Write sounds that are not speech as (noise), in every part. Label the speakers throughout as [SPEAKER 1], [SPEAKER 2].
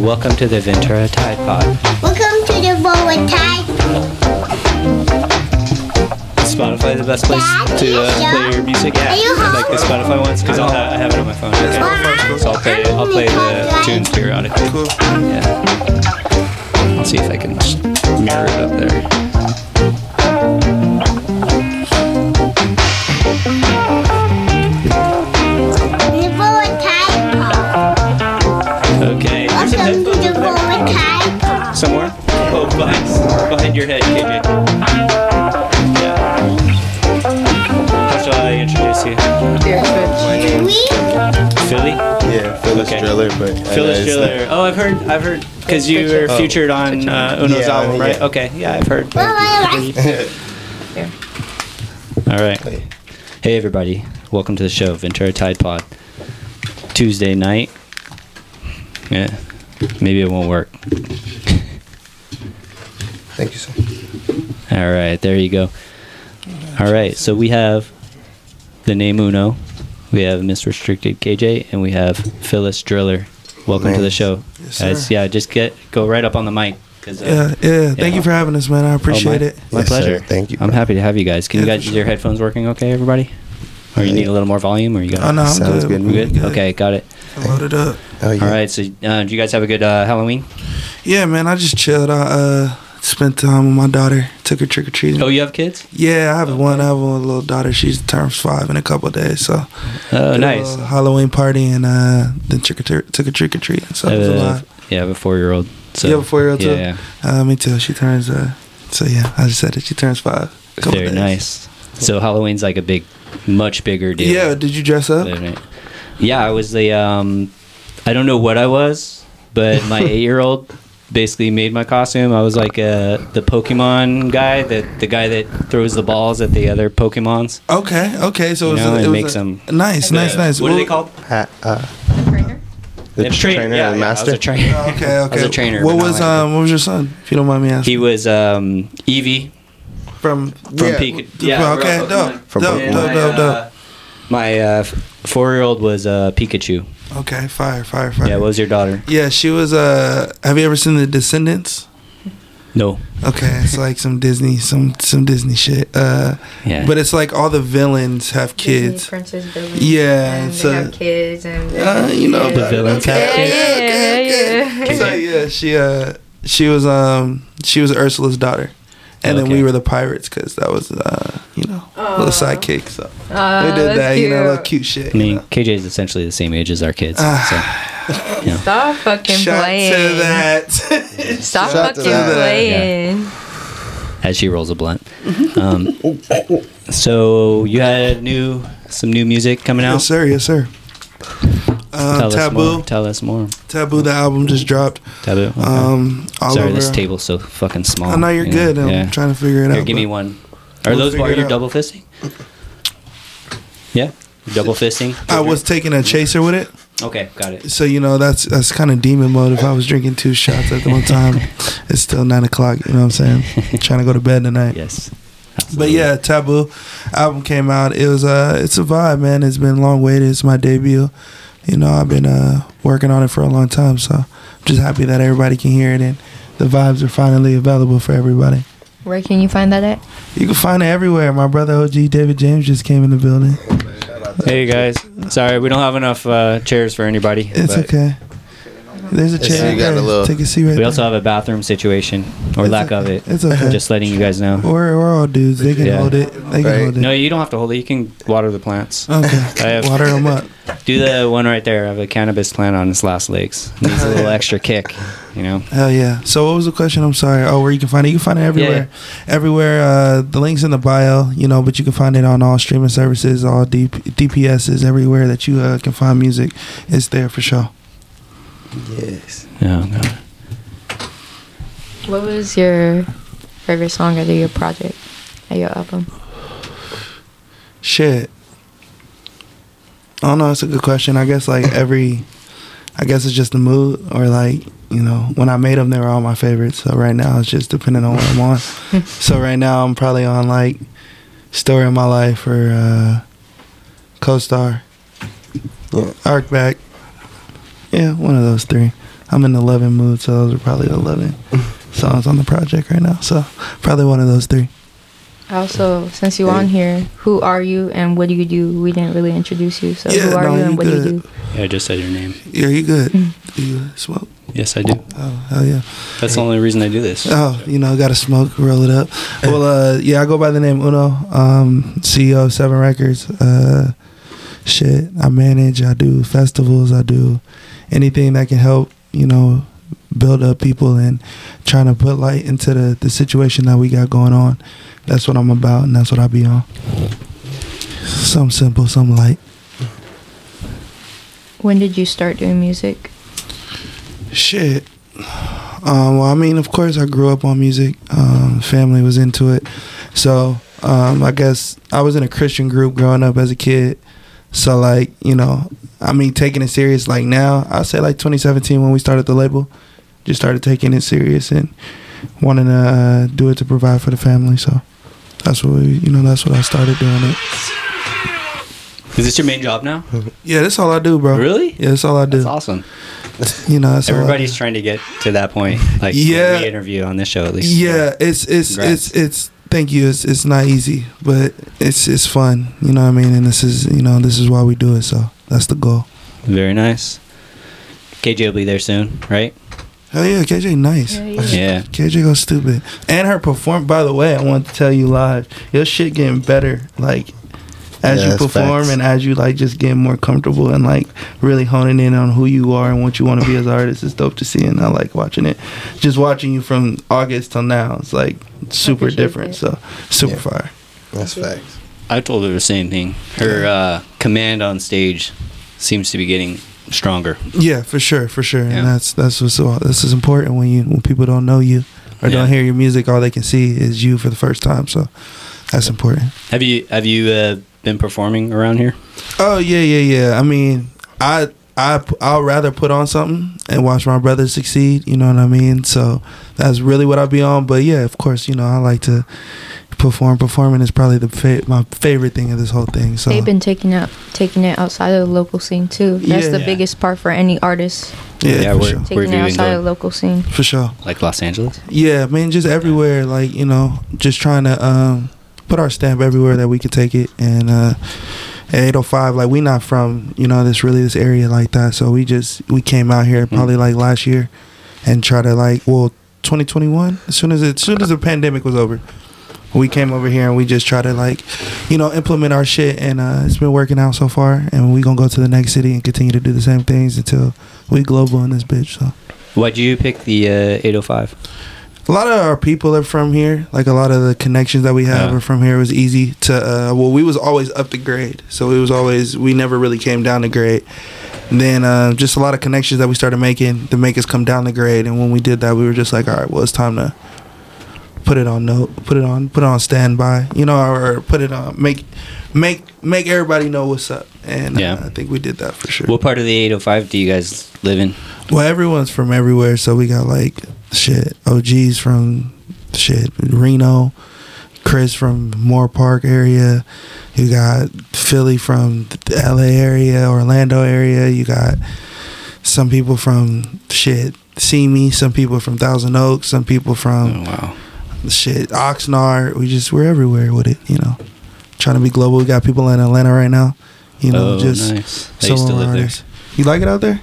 [SPEAKER 1] welcome to the Ventura Tide Pod.
[SPEAKER 2] Welcome to the Boa Tide.
[SPEAKER 1] Is Spotify the best place to uh, play your music? Yeah,
[SPEAKER 2] Are you
[SPEAKER 1] I like the Spotify ones because I'll ha- I have it on my phone. Okay. So I'll play it. I'll play the tunes periodically.
[SPEAKER 3] Cool.
[SPEAKER 1] Yeah. Let's see if I can just mirror it up there.
[SPEAKER 2] The Boa Tide.
[SPEAKER 1] Okay. There's
[SPEAKER 2] Welcome
[SPEAKER 1] a
[SPEAKER 2] to
[SPEAKER 1] headphone
[SPEAKER 2] the
[SPEAKER 1] (laughs) over there.
[SPEAKER 2] Boa Tide.
[SPEAKER 1] Somewhere? Oh, behind, behind your head, KJ. Yeah. How shall I introduce you?
[SPEAKER 2] We
[SPEAKER 1] Philly?
[SPEAKER 3] Yeah, Phyllis
[SPEAKER 1] Okay.
[SPEAKER 3] Driller, but uh,
[SPEAKER 1] Phyllis
[SPEAKER 3] it's
[SPEAKER 1] Driller. oh, I've heard, I've heard, because you were
[SPEAKER 3] Oh.
[SPEAKER 1] featured on uh, Uno's
[SPEAKER 3] Yeah,
[SPEAKER 1] album, right?
[SPEAKER 3] yeah.
[SPEAKER 1] Okay, yeah, I've heard.
[SPEAKER 2] Well, I
[SPEAKER 1] All right.
[SPEAKER 3] Like,
[SPEAKER 1] Hey, everybody. Welcome to the show, Ventura Tide Pod. Tuesday night. Yeah. Maybe it won't work.
[SPEAKER 3] thank you, sir.
[SPEAKER 1] All right, there you go. All right, so we have the name Uno, we have Mr. Restricted KJ, and we have Phyllis Driller. Welcome to the show,
[SPEAKER 4] Yes,
[SPEAKER 1] guys.
[SPEAKER 4] sir.
[SPEAKER 1] Yeah, just get go right up on the mic. 'cause, uh,
[SPEAKER 4] Yeah, yeah. Thank
[SPEAKER 1] Yeah.
[SPEAKER 4] you for having us, man.
[SPEAKER 1] oh,
[SPEAKER 4] I
[SPEAKER 1] my-
[SPEAKER 4] appreciate it.
[SPEAKER 1] My
[SPEAKER 3] Yes, sir.
[SPEAKER 1] pleasure.
[SPEAKER 3] Thank you,
[SPEAKER 1] I'm
[SPEAKER 3] bro.
[SPEAKER 1] happy to have you guys. Can you
[SPEAKER 4] Yeah,
[SPEAKER 1] guys
[SPEAKER 4] for
[SPEAKER 1] is your headphones working okay, everybody? Or you
[SPEAKER 3] Uh,
[SPEAKER 1] need a little more volume? Or you got?
[SPEAKER 4] Oh no, I'm
[SPEAKER 3] Sounds
[SPEAKER 4] good.
[SPEAKER 3] good to
[SPEAKER 1] You
[SPEAKER 3] me.
[SPEAKER 1] good? Okay, got it.
[SPEAKER 4] I'm loaded up.
[SPEAKER 3] Oh, yeah.
[SPEAKER 1] All right. So, uh, do you guys have a good uh, Halloween?
[SPEAKER 4] Yeah, man. I just chilled. I uh, spent time with my daughter. Took her trick or treating.
[SPEAKER 1] Oh, you have kids?
[SPEAKER 4] Yeah, I have one. I have one little daughter. She's turns five in a couple of days. So
[SPEAKER 1] Oh,
[SPEAKER 4] did a
[SPEAKER 1] nice.
[SPEAKER 4] little Halloween party and uh, then trick or tr- took a trick or treating. So it was a
[SPEAKER 1] Uh,
[SPEAKER 4] lot.
[SPEAKER 1] yeah, I have a four-year-old. So,
[SPEAKER 4] You have a four-year-old
[SPEAKER 1] yeah,
[SPEAKER 4] too?
[SPEAKER 1] Yeah.
[SPEAKER 4] Uh, me too. She turns. Uh, so yeah, I just said that she turns five. a couple
[SPEAKER 1] Very
[SPEAKER 4] days.
[SPEAKER 1] nice. So Halloween's like a big, much bigger deal.
[SPEAKER 4] Yeah. Did you dress up?
[SPEAKER 1] than it- Yeah, I was the. Um, I don't know what I was, but my eight-year-old basically made my costume. I was like uh, the Pokemon guy, that the guy that throws the balls at the other Pokemons.
[SPEAKER 4] Okay. Okay. So
[SPEAKER 1] You
[SPEAKER 4] it was,
[SPEAKER 1] know,
[SPEAKER 4] a,
[SPEAKER 1] it
[SPEAKER 4] it was
[SPEAKER 1] makes
[SPEAKER 4] a-
[SPEAKER 1] them-
[SPEAKER 4] nice. Nice.
[SPEAKER 1] Uh,
[SPEAKER 4] Nice.
[SPEAKER 1] What are they
[SPEAKER 4] Well,
[SPEAKER 1] called?
[SPEAKER 3] Ha- uh, the
[SPEAKER 1] A
[SPEAKER 3] trainer,
[SPEAKER 1] yeah,
[SPEAKER 3] and
[SPEAKER 1] yeah, I was
[SPEAKER 3] master.
[SPEAKER 1] a trainer.
[SPEAKER 4] Okay, okay.
[SPEAKER 1] I was a trainer.
[SPEAKER 4] What
[SPEAKER 1] but not
[SPEAKER 4] was
[SPEAKER 1] like-
[SPEAKER 4] um? What was your son? If you don't mind me asking.
[SPEAKER 1] He was um, Eevee
[SPEAKER 4] from
[SPEAKER 1] from
[SPEAKER 3] Yeah.
[SPEAKER 1] Pikachu.
[SPEAKER 4] Well, okay,
[SPEAKER 1] real
[SPEAKER 4] dope,
[SPEAKER 1] Pokemon.
[SPEAKER 3] dope,
[SPEAKER 1] And
[SPEAKER 4] dope,
[SPEAKER 1] my,
[SPEAKER 4] dope,
[SPEAKER 1] uh,
[SPEAKER 4] dope.
[SPEAKER 1] My uh, f- four-year-old was uh, Pikachu.
[SPEAKER 4] okay, fire, fire, fire.
[SPEAKER 1] Yeah, what was your daughter?
[SPEAKER 4] Yeah, she was. Uh, have you ever seen The Descendants?
[SPEAKER 1] No.
[SPEAKER 4] Okay,
[SPEAKER 1] (laughs)
[SPEAKER 4] it's like some Disney, some some Disney shit. Uh,
[SPEAKER 1] Yeah.
[SPEAKER 4] but it's like all the villains have
[SPEAKER 5] Disney
[SPEAKER 4] kids.
[SPEAKER 5] princess villains.
[SPEAKER 4] Yeah,
[SPEAKER 5] and
[SPEAKER 4] so-
[SPEAKER 5] they have kids and
[SPEAKER 4] Uh, you
[SPEAKER 5] (laughs)
[SPEAKER 4] know,
[SPEAKER 5] Yeah.
[SPEAKER 4] but
[SPEAKER 1] villain
[SPEAKER 5] Yeah,
[SPEAKER 1] cat.
[SPEAKER 5] yeah,
[SPEAKER 4] okay,
[SPEAKER 5] yeah,
[SPEAKER 4] okay.
[SPEAKER 5] yeah.
[SPEAKER 4] So yeah, she uh, she was um, she was Ursula's daughter, and then
[SPEAKER 1] Okay.
[SPEAKER 4] we were the pirates because that was uh, you know, little sidekick. So
[SPEAKER 5] Uh,
[SPEAKER 4] we did
[SPEAKER 5] that's
[SPEAKER 4] that, you know,
[SPEAKER 5] cute.
[SPEAKER 4] little cute shit.
[SPEAKER 1] I
[SPEAKER 4] you
[SPEAKER 1] mean,
[SPEAKER 4] know?
[SPEAKER 1] KJ is essentially the same age as our kids.
[SPEAKER 4] Uh,
[SPEAKER 1] so.
[SPEAKER 5] Stop fucking
[SPEAKER 4] Shout to (laughs)
[SPEAKER 5] playing.
[SPEAKER 4] that.
[SPEAKER 5] Stop
[SPEAKER 3] Shout to
[SPEAKER 5] fucking
[SPEAKER 3] that.
[SPEAKER 5] playing.
[SPEAKER 1] as she rolls a blunt.
[SPEAKER 4] Mm-hmm. (laughs)
[SPEAKER 1] Um,
[SPEAKER 4] Oh,
[SPEAKER 1] so you had new some new music coming out.
[SPEAKER 4] Yes, sir. Yes, sir. Um,
[SPEAKER 1] Tell us more.
[SPEAKER 4] taboo,
[SPEAKER 1] Tell us more.
[SPEAKER 4] taboo. The album just dropped.
[SPEAKER 1] Taboo. Okay.
[SPEAKER 4] Um, all
[SPEAKER 1] Sorry,
[SPEAKER 4] over.
[SPEAKER 1] this table's so fucking small.
[SPEAKER 4] I know you're
[SPEAKER 1] you
[SPEAKER 4] good. I'm
[SPEAKER 1] yeah.
[SPEAKER 4] trying to figure it
[SPEAKER 1] Here,
[SPEAKER 4] out.
[SPEAKER 1] give me
[SPEAKER 4] but-
[SPEAKER 1] one. Are
[SPEAKER 4] We'll
[SPEAKER 1] those
[SPEAKER 4] figure
[SPEAKER 1] are
[SPEAKER 4] it
[SPEAKER 1] you
[SPEAKER 4] out.
[SPEAKER 1] double fisting? Yeah, double fisting.
[SPEAKER 4] I was taking a chaser with it,
[SPEAKER 1] Okay, got it.
[SPEAKER 4] so you know that's that's kind of demon mode. If I was drinking two shots at the
[SPEAKER 1] (laughs)
[SPEAKER 4] one time, it's still nine o'clock. You know what I'm saying? trying to go to bed tonight.
[SPEAKER 1] Yes.
[SPEAKER 4] But yeah, Taboo album came out. It was uh it's a vibe, man. It's been long waited. It's my debut. You know, I've been uh working on it for a long time, so I'm just happy that everybody can hear it and the vibes are finally available for everybody.
[SPEAKER 5] Where can you find that at?
[SPEAKER 4] You can find it everywhere. My brother OG David James just came in the building.
[SPEAKER 1] Hey guys, sorry we don't have enough uh, chairs for anybody.
[SPEAKER 4] It's
[SPEAKER 1] but
[SPEAKER 4] okay. There's a
[SPEAKER 3] So
[SPEAKER 4] chair.
[SPEAKER 3] you
[SPEAKER 4] right
[SPEAKER 3] got a
[SPEAKER 4] there.
[SPEAKER 3] little-
[SPEAKER 4] Take a seat right
[SPEAKER 1] We
[SPEAKER 4] there.
[SPEAKER 1] also have a bathroom situation or
[SPEAKER 4] It's
[SPEAKER 1] lack
[SPEAKER 4] okay.
[SPEAKER 1] of it.
[SPEAKER 4] It's okay.
[SPEAKER 1] Just letting you guys know.
[SPEAKER 4] we're, we're all dudes. They can
[SPEAKER 1] Yeah.
[SPEAKER 4] hold it. They can
[SPEAKER 3] Right.
[SPEAKER 4] hold it.
[SPEAKER 1] No, you don't have to hold it. You can water the plants. I
[SPEAKER 4] okay.
[SPEAKER 1] have-
[SPEAKER 4] Water them up.
[SPEAKER 1] Do the one right there of a cannabis plant on its last legs. Needs a
[SPEAKER 4] (laughs)
[SPEAKER 1] little extra kick, you know.
[SPEAKER 4] Hell yeah. So what was the question? I'm sorry. Oh, where you can find it? You can find it everywhere. Everywhere. Uh, the link's in the bio, you know, but you can find it on all streaming services, all D- DPSs, everywhere that you uh, can find music. It's there for sure.
[SPEAKER 3] Yes.
[SPEAKER 1] Oh god.
[SPEAKER 5] What was your favorite song out of your project, at your album?
[SPEAKER 4] Shit. I don't know. It's a good question. I guess like every, I guess it's just the mood or like, you know, when I made them, they were all my favorites. So right now it's just depending on what I'm on. so right now I'm probably on like Story of My Life or uh, Co-Star.
[SPEAKER 3] Yeah.
[SPEAKER 4] Arc back. Yeah, one of those three. I'm in 11 mood, so those are probably 11 songs on the project right now. So probably one of those three.
[SPEAKER 5] Also, since you're on here, who are you and what do you do? We didn't really introduce you, so
[SPEAKER 4] Yeah,
[SPEAKER 5] who are
[SPEAKER 4] no,
[SPEAKER 5] you and
[SPEAKER 4] you
[SPEAKER 5] what do you
[SPEAKER 4] good.
[SPEAKER 5] do?
[SPEAKER 1] Yeah, I just said your name.
[SPEAKER 4] Yeah, you good? You good? smoke?
[SPEAKER 1] Yes, I do.
[SPEAKER 4] Oh hell yeah!
[SPEAKER 1] That's the only reason I do this.
[SPEAKER 4] Oh, you know, gotta smoke, roll it up. Well, uh, yeah, I go by the name Uno, um, CEO of Seven Records. Uh, shit, I manage, I do festivals, I do anything that can help, you know, build up people and trying to put light into the the situation that we got going on. That's what I'm about, and that's what I be on. Some simple, some light.
[SPEAKER 5] When did you start doing music?
[SPEAKER 4] Shit. Um, well, I mean, of course, I grew up on music. Um, family was into it, so um, I guess I was in a Christian group growing up as a kid. So, like, you know, I mean, taking it serious. Like now, I say like 2017 when we started the label, just started taking it serious and wanting to uh, do it to provide for the family. So that's what we, you know, that's what I started doing it.
[SPEAKER 1] Is this your main job now?
[SPEAKER 4] Yeah, that's all I do, bro.
[SPEAKER 1] Really?
[SPEAKER 4] Yeah, that's all I do.
[SPEAKER 1] That's awesome.
[SPEAKER 4] You know, that's all I do.
[SPEAKER 1] Everybody's trying to get to that point. Like
[SPEAKER 4] uh, Yeah.
[SPEAKER 1] yeah. we interview on this show at least.
[SPEAKER 4] Yeah, it's it's
[SPEAKER 1] Congrats.
[SPEAKER 4] it's it's thank you. It's it's not easy, but it's it's fun. You know what I mean? And this is you know this is why we do it. So that's the goal.
[SPEAKER 1] Very nice. KJ will be there soon, right?
[SPEAKER 4] Hell yeah, KJ, nice. (laughs)
[SPEAKER 1] Yeah.
[SPEAKER 4] KJ goes stupid, and her perform. By the way, I want to tell you live, your shit getting better. Like as
[SPEAKER 3] Yeah,
[SPEAKER 4] you
[SPEAKER 3] that's
[SPEAKER 4] perform
[SPEAKER 3] facts.
[SPEAKER 4] and as you like just getting more comfortable and like really honing in on who you are and what you want to be as an artist is dope to see and I like watching it. Just watching you from August till now, it's like super
[SPEAKER 5] appreciate
[SPEAKER 4] different.
[SPEAKER 5] it.
[SPEAKER 4] So super
[SPEAKER 3] Yeah.
[SPEAKER 4] fire.
[SPEAKER 3] That's facts.
[SPEAKER 1] I told her the same thing. Her uh, command on stage seems to be getting stronger.
[SPEAKER 4] Yeah, for sure, for sure,
[SPEAKER 1] Yeah.
[SPEAKER 4] and that's that's what's all, this is important when you when people don't know you or don't
[SPEAKER 1] Yeah.
[SPEAKER 4] hear your music, all they can see is you for the first time. So that's important.
[SPEAKER 1] Have you have you uh, been performing around here?
[SPEAKER 4] Oh yeah, yeah, yeah. I mean, I I I'll rather put on something and watch my brother succeed. You know what I mean? So that's really what I be on. But yeah, of course, you know I like to perform. Performing is probably the fa- my favorite thing of this whole thing. So
[SPEAKER 5] They've been taking up taking it outside of the local scene too. That's
[SPEAKER 4] Yeah.
[SPEAKER 5] the
[SPEAKER 4] Yeah.
[SPEAKER 5] biggest part for any artist
[SPEAKER 4] yeah,
[SPEAKER 1] Yeah,
[SPEAKER 4] for
[SPEAKER 1] we're-
[SPEAKER 4] sure.
[SPEAKER 5] taking
[SPEAKER 1] have
[SPEAKER 5] it
[SPEAKER 1] you been
[SPEAKER 5] outside
[SPEAKER 1] going?
[SPEAKER 5] of the local scene.
[SPEAKER 4] For sure.
[SPEAKER 1] Like Los Angeles?
[SPEAKER 4] Yeah, man, just everywhere. Like you know, just trying to um, put our stamp everywhere that we could take it. And uh, at 805, like we not from you know this really this area like that. So we just we came out here probably like last year, and try to like well 2021 as soon as it, as soon as the pandemic was over. We came over here and we just try to like, you know, implement our shit, and uh, it's been working out so far. And we gonna go to the next city and continue to do the same things until we global in this bitch. So
[SPEAKER 1] Why'd you pick the uh, 805?
[SPEAKER 4] a lot of our people are from here. Like a lot of the connections that we have
[SPEAKER 1] Yeah.
[SPEAKER 4] are from here. It was easy to. Uh, well, we was always up the grade, so it was always we never really came down the grade. And then uh, just a lot of connections that we started making to make us come down the grade. And when we did that, we were just like, all right, well, it's time to put it on note, put it on, put it on standby, you know, or, or put it on make, make, make everybody know what's up. And
[SPEAKER 1] Yeah.
[SPEAKER 4] uh, I think we did that for sure.
[SPEAKER 1] What part of the 805 do you guys live in?
[SPEAKER 4] Well, everyone's from everywhere, so we got like shit. OG's from shit Reno, Chris from Moore Park area. You got Philly from the LA area, Orlando area. You got some people from shit Simi, some people from Thousand Oaks, some people
[SPEAKER 1] Oh,
[SPEAKER 4] from
[SPEAKER 1] wow.
[SPEAKER 4] shit Oxnard. We just we're everywhere with it, you know. Trying to be global. We got people in Atlanta right now. You know,
[SPEAKER 1] oh,
[SPEAKER 4] just
[SPEAKER 1] nice. I
[SPEAKER 4] some
[SPEAKER 1] used to
[SPEAKER 4] of our
[SPEAKER 1] live
[SPEAKER 4] artists. You like it out there?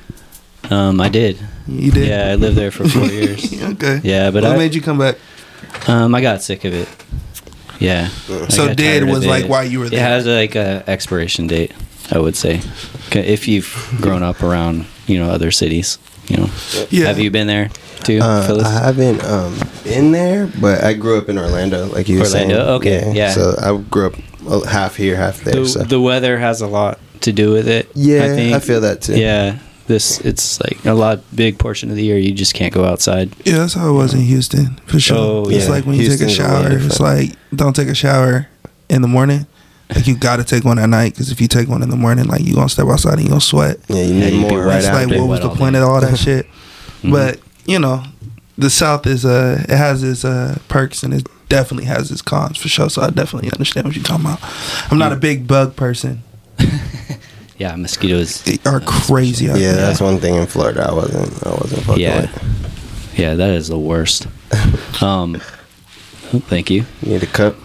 [SPEAKER 1] there. Um, I did.
[SPEAKER 4] You did.
[SPEAKER 1] Yeah, I lived there for
[SPEAKER 4] (laughs)
[SPEAKER 1] four years.
[SPEAKER 4] okay.
[SPEAKER 1] Yeah, but
[SPEAKER 4] what
[SPEAKER 1] I,
[SPEAKER 4] made you come back?
[SPEAKER 1] um, I got sick of it. Yeah. I
[SPEAKER 4] So
[SPEAKER 1] got
[SPEAKER 4] dead
[SPEAKER 1] tired of
[SPEAKER 4] was,
[SPEAKER 1] it.
[SPEAKER 4] like, why you were
[SPEAKER 1] It
[SPEAKER 4] there.
[SPEAKER 1] has like a expiration date, I would say. 'Kay, If you've grown up around, you know, other cities, you know.
[SPEAKER 4] Yeah.
[SPEAKER 1] Have you been there too,
[SPEAKER 3] Uh,
[SPEAKER 1] Phyllis?
[SPEAKER 3] I haven't um, been there, but I grew up in Orlando, like you were saying.
[SPEAKER 1] Orlando? Okay, yeah.
[SPEAKER 3] So I grew up uh, half here, half there.
[SPEAKER 1] the,
[SPEAKER 3] so.
[SPEAKER 1] the weather has a lot to do with it.
[SPEAKER 3] yeah, I, feel that too.
[SPEAKER 1] Yeah. This it's like a lot big portion of the year you just can't go outside.
[SPEAKER 4] Yeah, that's how it was in Houston for sure.
[SPEAKER 1] Oh,
[SPEAKER 4] It's
[SPEAKER 1] yeah.
[SPEAKER 4] like when you take a
[SPEAKER 3] Houston's a lot
[SPEAKER 4] shower. It's like don't take a shower in the morning. Like you got to take one at night because if you take one in the morning, like you gonna step outside and you gonna sweat.
[SPEAKER 3] Yeah,
[SPEAKER 1] Yeah,
[SPEAKER 3] you need
[SPEAKER 1] you'd be
[SPEAKER 3] more right
[SPEAKER 1] It's
[SPEAKER 4] It's
[SPEAKER 3] after.
[SPEAKER 4] like
[SPEAKER 1] after.
[SPEAKER 4] what was
[SPEAKER 1] Wet
[SPEAKER 4] the
[SPEAKER 1] all
[SPEAKER 4] point
[SPEAKER 1] day.
[SPEAKER 4] of all
[SPEAKER 1] (laughs)
[SPEAKER 4] that shit?
[SPEAKER 1] Mhm.
[SPEAKER 4] But you know, the South is uh it has its uh perks and it definitely has its cons for sure. So I definitely understand what you're talking about. I'm not a big bug person.
[SPEAKER 1] yeah, mosquitoes.
[SPEAKER 4] are crazy out
[SPEAKER 3] Yeah,
[SPEAKER 4] there.
[SPEAKER 3] that's one thing in Florida. I wasn't. I wasn't fucking
[SPEAKER 1] Yeah.
[SPEAKER 3] with.
[SPEAKER 1] Yeah, that is the
[SPEAKER 3] (laughs)
[SPEAKER 1] worst. Um, oh, thank you.
[SPEAKER 3] Need a cup.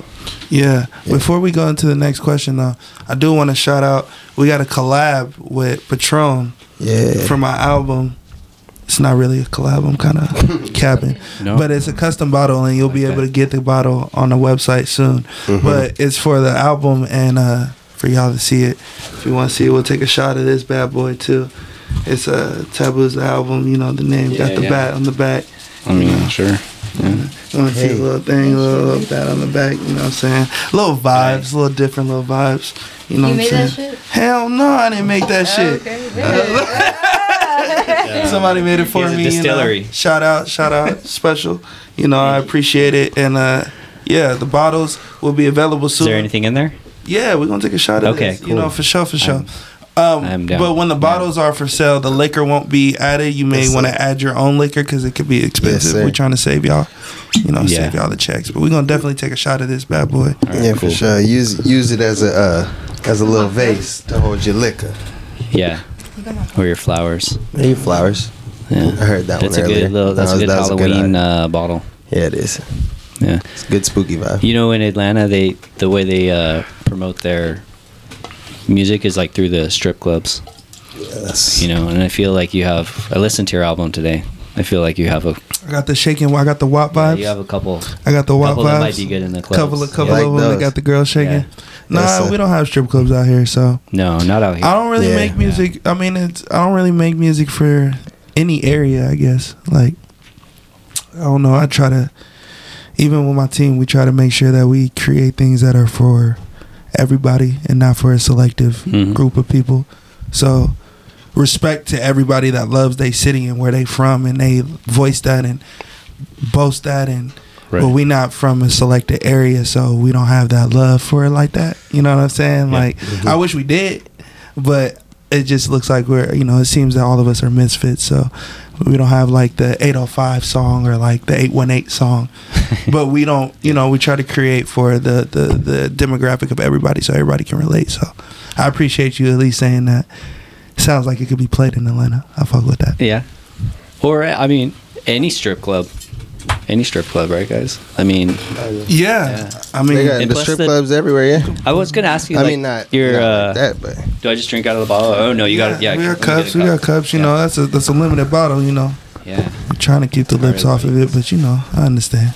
[SPEAKER 4] Yeah. Before we go into the next question, though, I do want to shout out. We got a collab with Patron
[SPEAKER 3] Yeah.
[SPEAKER 4] for my album. It's not really a collab. I'm kind of capping,
[SPEAKER 1] No.
[SPEAKER 4] but it's a custom bottle, and you'll be
[SPEAKER 1] Okay.
[SPEAKER 4] able to get the bottle on the website soon. But it's for the album and uh, for y'all to see it. If you want to see it, we'll take a shot of this bad boy too. It's uh, Taboo's album. You know the name.
[SPEAKER 1] Yeah,
[SPEAKER 4] got the
[SPEAKER 1] yeah.
[SPEAKER 4] bat on the back.
[SPEAKER 1] I mean, sure.
[SPEAKER 4] Want to see a little thing, a little, little bat on the back, you know what I'm saying? Little vibes, little different little vibes. You know what
[SPEAKER 5] You
[SPEAKER 4] I'm
[SPEAKER 5] made
[SPEAKER 4] saying?
[SPEAKER 5] that shit? Oh,
[SPEAKER 4] Hell no, I didn't make that shit. (laughs) Somebody made it
[SPEAKER 1] He
[SPEAKER 4] for
[SPEAKER 1] has a
[SPEAKER 4] me. You
[SPEAKER 1] distillery.
[SPEAKER 4] know? Shout out, shout out,
[SPEAKER 5] (laughs)
[SPEAKER 4] special. You know, I appreciate it. And uh yeah, the bottles will be available
[SPEAKER 1] Is
[SPEAKER 4] soon.
[SPEAKER 1] there anything in there?
[SPEAKER 4] Yeah, we're gonna take a shot of
[SPEAKER 1] Okay,
[SPEAKER 4] this. You
[SPEAKER 1] cool.
[SPEAKER 4] know, for sure, for sure. Um,
[SPEAKER 1] I'm down.
[SPEAKER 4] But when the bottles are for sale, the liquor won't be added. You may
[SPEAKER 3] Yes,
[SPEAKER 4] want to
[SPEAKER 3] sir.
[SPEAKER 4] add your own liquor because it could be expensive.
[SPEAKER 3] sir.
[SPEAKER 4] we're trying to save y'all, you know,
[SPEAKER 1] Yeah.
[SPEAKER 4] save y'all the checks. But we're gonna definitely take a shot of this bad boy.
[SPEAKER 3] yeah, for sure. Use use it as a uh, as a little vase to hold your liquor.
[SPEAKER 1] Yeah. Or your flowers.
[SPEAKER 3] Hey, flowers.
[SPEAKER 1] Yeah.
[SPEAKER 3] I heard that
[SPEAKER 1] That's
[SPEAKER 3] one
[SPEAKER 1] a
[SPEAKER 3] earlier.
[SPEAKER 1] good little, that's
[SPEAKER 3] That
[SPEAKER 1] a
[SPEAKER 3] was-
[SPEAKER 1] good
[SPEAKER 3] that was a good
[SPEAKER 1] Halloween
[SPEAKER 3] eye.
[SPEAKER 1] uh, bottle.
[SPEAKER 3] Yeah, it is.
[SPEAKER 1] Yeah.
[SPEAKER 3] It's a good spooky vibe.
[SPEAKER 1] You know, in Atlanta, they the way they uh, promote their music is like through the strip clubs.
[SPEAKER 3] Yes.
[SPEAKER 1] You know, and I feel like you have. I listened to your album today. I feel like you have a
[SPEAKER 4] I got the shaking. I got the wop vibes.
[SPEAKER 1] you have a couple
[SPEAKER 4] I got the wop
[SPEAKER 1] couple that might be
[SPEAKER 4] vibes.
[SPEAKER 1] good in the clubs.
[SPEAKER 4] Couple of couple
[SPEAKER 3] Like
[SPEAKER 4] of them. that
[SPEAKER 3] those.
[SPEAKER 4] got the girl shaking.
[SPEAKER 1] Yeah.
[SPEAKER 4] Nah,
[SPEAKER 3] That's a-
[SPEAKER 4] we don't have strip clubs out here, so
[SPEAKER 1] No, not out here.
[SPEAKER 4] I don't really
[SPEAKER 3] Yeah.
[SPEAKER 4] make music. I mean, it's I don't really make music for any area. I guess like I don't know. I try to even with my team, we try to make sure that we create things that are for everybody and not for a selective
[SPEAKER 1] Mhm.
[SPEAKER 4] group of people. So respect to everybody that loves their city and where they from, and they voice that and boast that and
[SPEAKER 1] Right.
[SPEAKER 4] but we not from a selected area, so we don't have that love for it like that. You know what I'm saying?
[SPEAKER 1] Yeah. Mm-hmm.
[SPEAKER 4] Like I wish we did, but it just looks like we're you know it seems that all of us are misfits. So we don't have like the 805 song or like the
[SPEAKER 1] (laughs)
[SPEAKER 4] 818 song, but we don't you know we try to create for the the the demographic of everybody so everybody can relate. So I appreciate you at least saying that. Sounds like it could be played in Atlanta. I fuck with that.
[SPEAKER 1] Yeah. Or I mean, any strip club, any strip club, right, guys? I mean,
[SPEAKER 4] Yeah, I mean,
[SPEAKER 3] They got
[SPEAKER 1] And
[SPEAKER 3] the
[SPEAKER 1] plus
[SPEAKER 3] strip
[SPEAKER 1] the-
[SPEAKER 3] clubs everywhere. Yeah.
[SPEAKER 1] I was gonna ask you.
[SPEAKER 3] I
[SPEAKER 1] like,
[SPEAKER 3] mean, not
[SPEAKER 1] your.
[SPEAKER 3] not
[SPEAKER 1] uh,
[SPEAKER 3] like that, but
[SPEAKER 1] Do I just drink out of the bottle? Oh no, you got it. Yeah,
[SPEAKER 4] we
[SPEAKER 1] let
[SPEAKER 4] got
[SPEAKER 1] me get a
[SPEAKER 4] cups. We got
[SPEAKER 1] cup.
[SPEAKER 4] cups. You
[SPEAKER 1] Yeah.
[SPEAKER 4] know, that's a that's a limited bottle. You know,
[SPEAKER 1] Yeah.
[SPEAKER 4] I'm trying to keep the lips off of it, but you know, I
[SPEAKER 1] (laughs)
[SPEAKER 4] understand.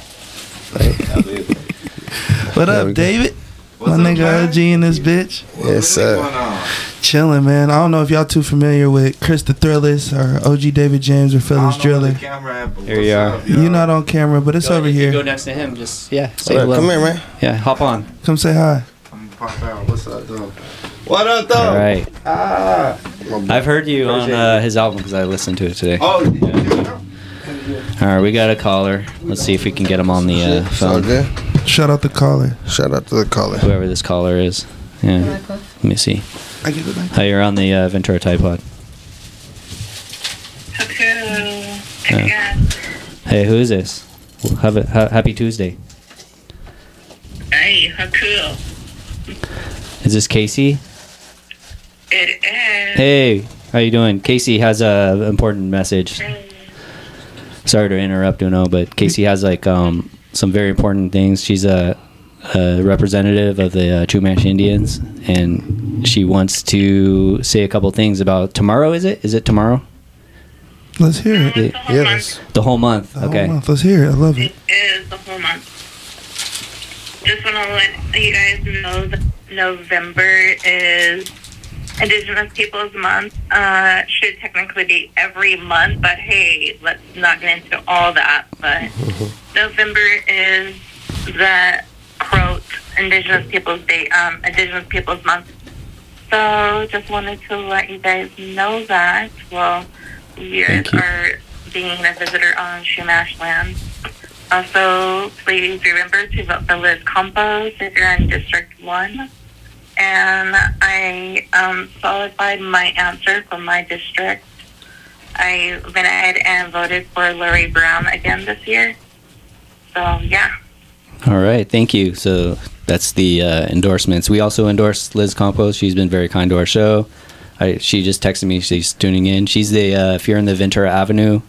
[SPEAKER 4] What up, David? My nigga OG in this bitch,
[SPEAKER 3] yes, uh, sir.
[SPEAKER 6] uh,
[SPEAKER 4] chilling, man. I don't know if y'all too familiar with Chris the Thrillist or OG David James or Phyllis Driller.
[SPEAKER 1] Here you are.
[SPEAKER 4] You're not on camera, but it's
[SPEAKER 1] Go-
[SPEAKER 4] over
[SPEAKER 1] if you
[SPEAKER 4] here.
[SPEAKER 1] Go next to him. Just yeah. Say
[SPEAKER 3] What up?
[SPEAKER 1] hello.
[SPEAKER 3] Come here, man.
[SPEAKER 1] Yeah, hop on.
[SPEAKER 4] Come say hi.
[SPEAKER 3] What's up, though? What up, though?
[SPEAKER 1] All right.
[SPEAKER 3] My boy.
[SPEAKER 1] I've heard you on
[SPEAKER 3] Ah. Appreciate
[SPEAKER 1] uh, his album because I listened to it today.
[SPEAKER 3] Oh, you-
[SPEAKER 1] All right, we got a caller. Let's see if we can get him on the uh,
[SPEAKER 3] it's all
[SPEAKER 1] phone.
[SPEAKER 3] good.
[SPEAKER 4] Shout out the caller.
[SPEAKER 3] Shout out to the caller.
[SPEAKER 1] Whoever this caller is. Yeah. Let me see.
[SPEAKER 4] I get the mic.
[SPEAKER 1] Hi, you're on the uh, Ventura Tripod. Yeah. Hey, who is this? Well, Have a, ha- happy Tuesday.
[SPEAKER 7] Hey, how cool.
[SPEAKER 1] Is this Casey?
[SPEAKER 7] It is.
[SPEAKER 1] Hey, how you doing? Casey has a important message. Sorry to interrupt, Uno, but Casey has like um, some very important things. She's a, a representative of the uh, Chumash Indians, and she wants to say a couple things about tomorrow. Is it? Is it tomorrow?
[SPEAKER 4] Let's hear it.
[SPEAKER 7] It's the whole
[SPEAKER 3] Yes.
[SPEAKER 7] month.
[SPEAKER 1] The whole month.
[SPEAKER 4] The whole
[SPEAKER 1] okay.
[SPEAKER 4] month. Let's hear it. I love it.
[SPEAKER 7] It is the whole month. Just want to let you guys know that November is Indigenous Peoples Month. Uh, should technically be every month, but hey, let's not get into all that. But November is the quote Indigenous Peoples Day, um, Indigenous Peoples Month. So just wanted to let you guys know that. Well, you
[SPEAKER 1] Thank you.
[SPEAKER 7] are being a visitor on Shumash land. Also, please remember to vote for Liz Campos if you're in District 1. And I um, solidified my answer for my district. I went ahead and voted for Lori Brown again this year. So, yeah.
[SPEAKER 1] All right, thank you. So that's the uh, endorsements. We also endorse Liz Campos. She's been very kind to our show. I, she just texted me. She's tuning in. She's the uh, if you're in the Ventura Avenue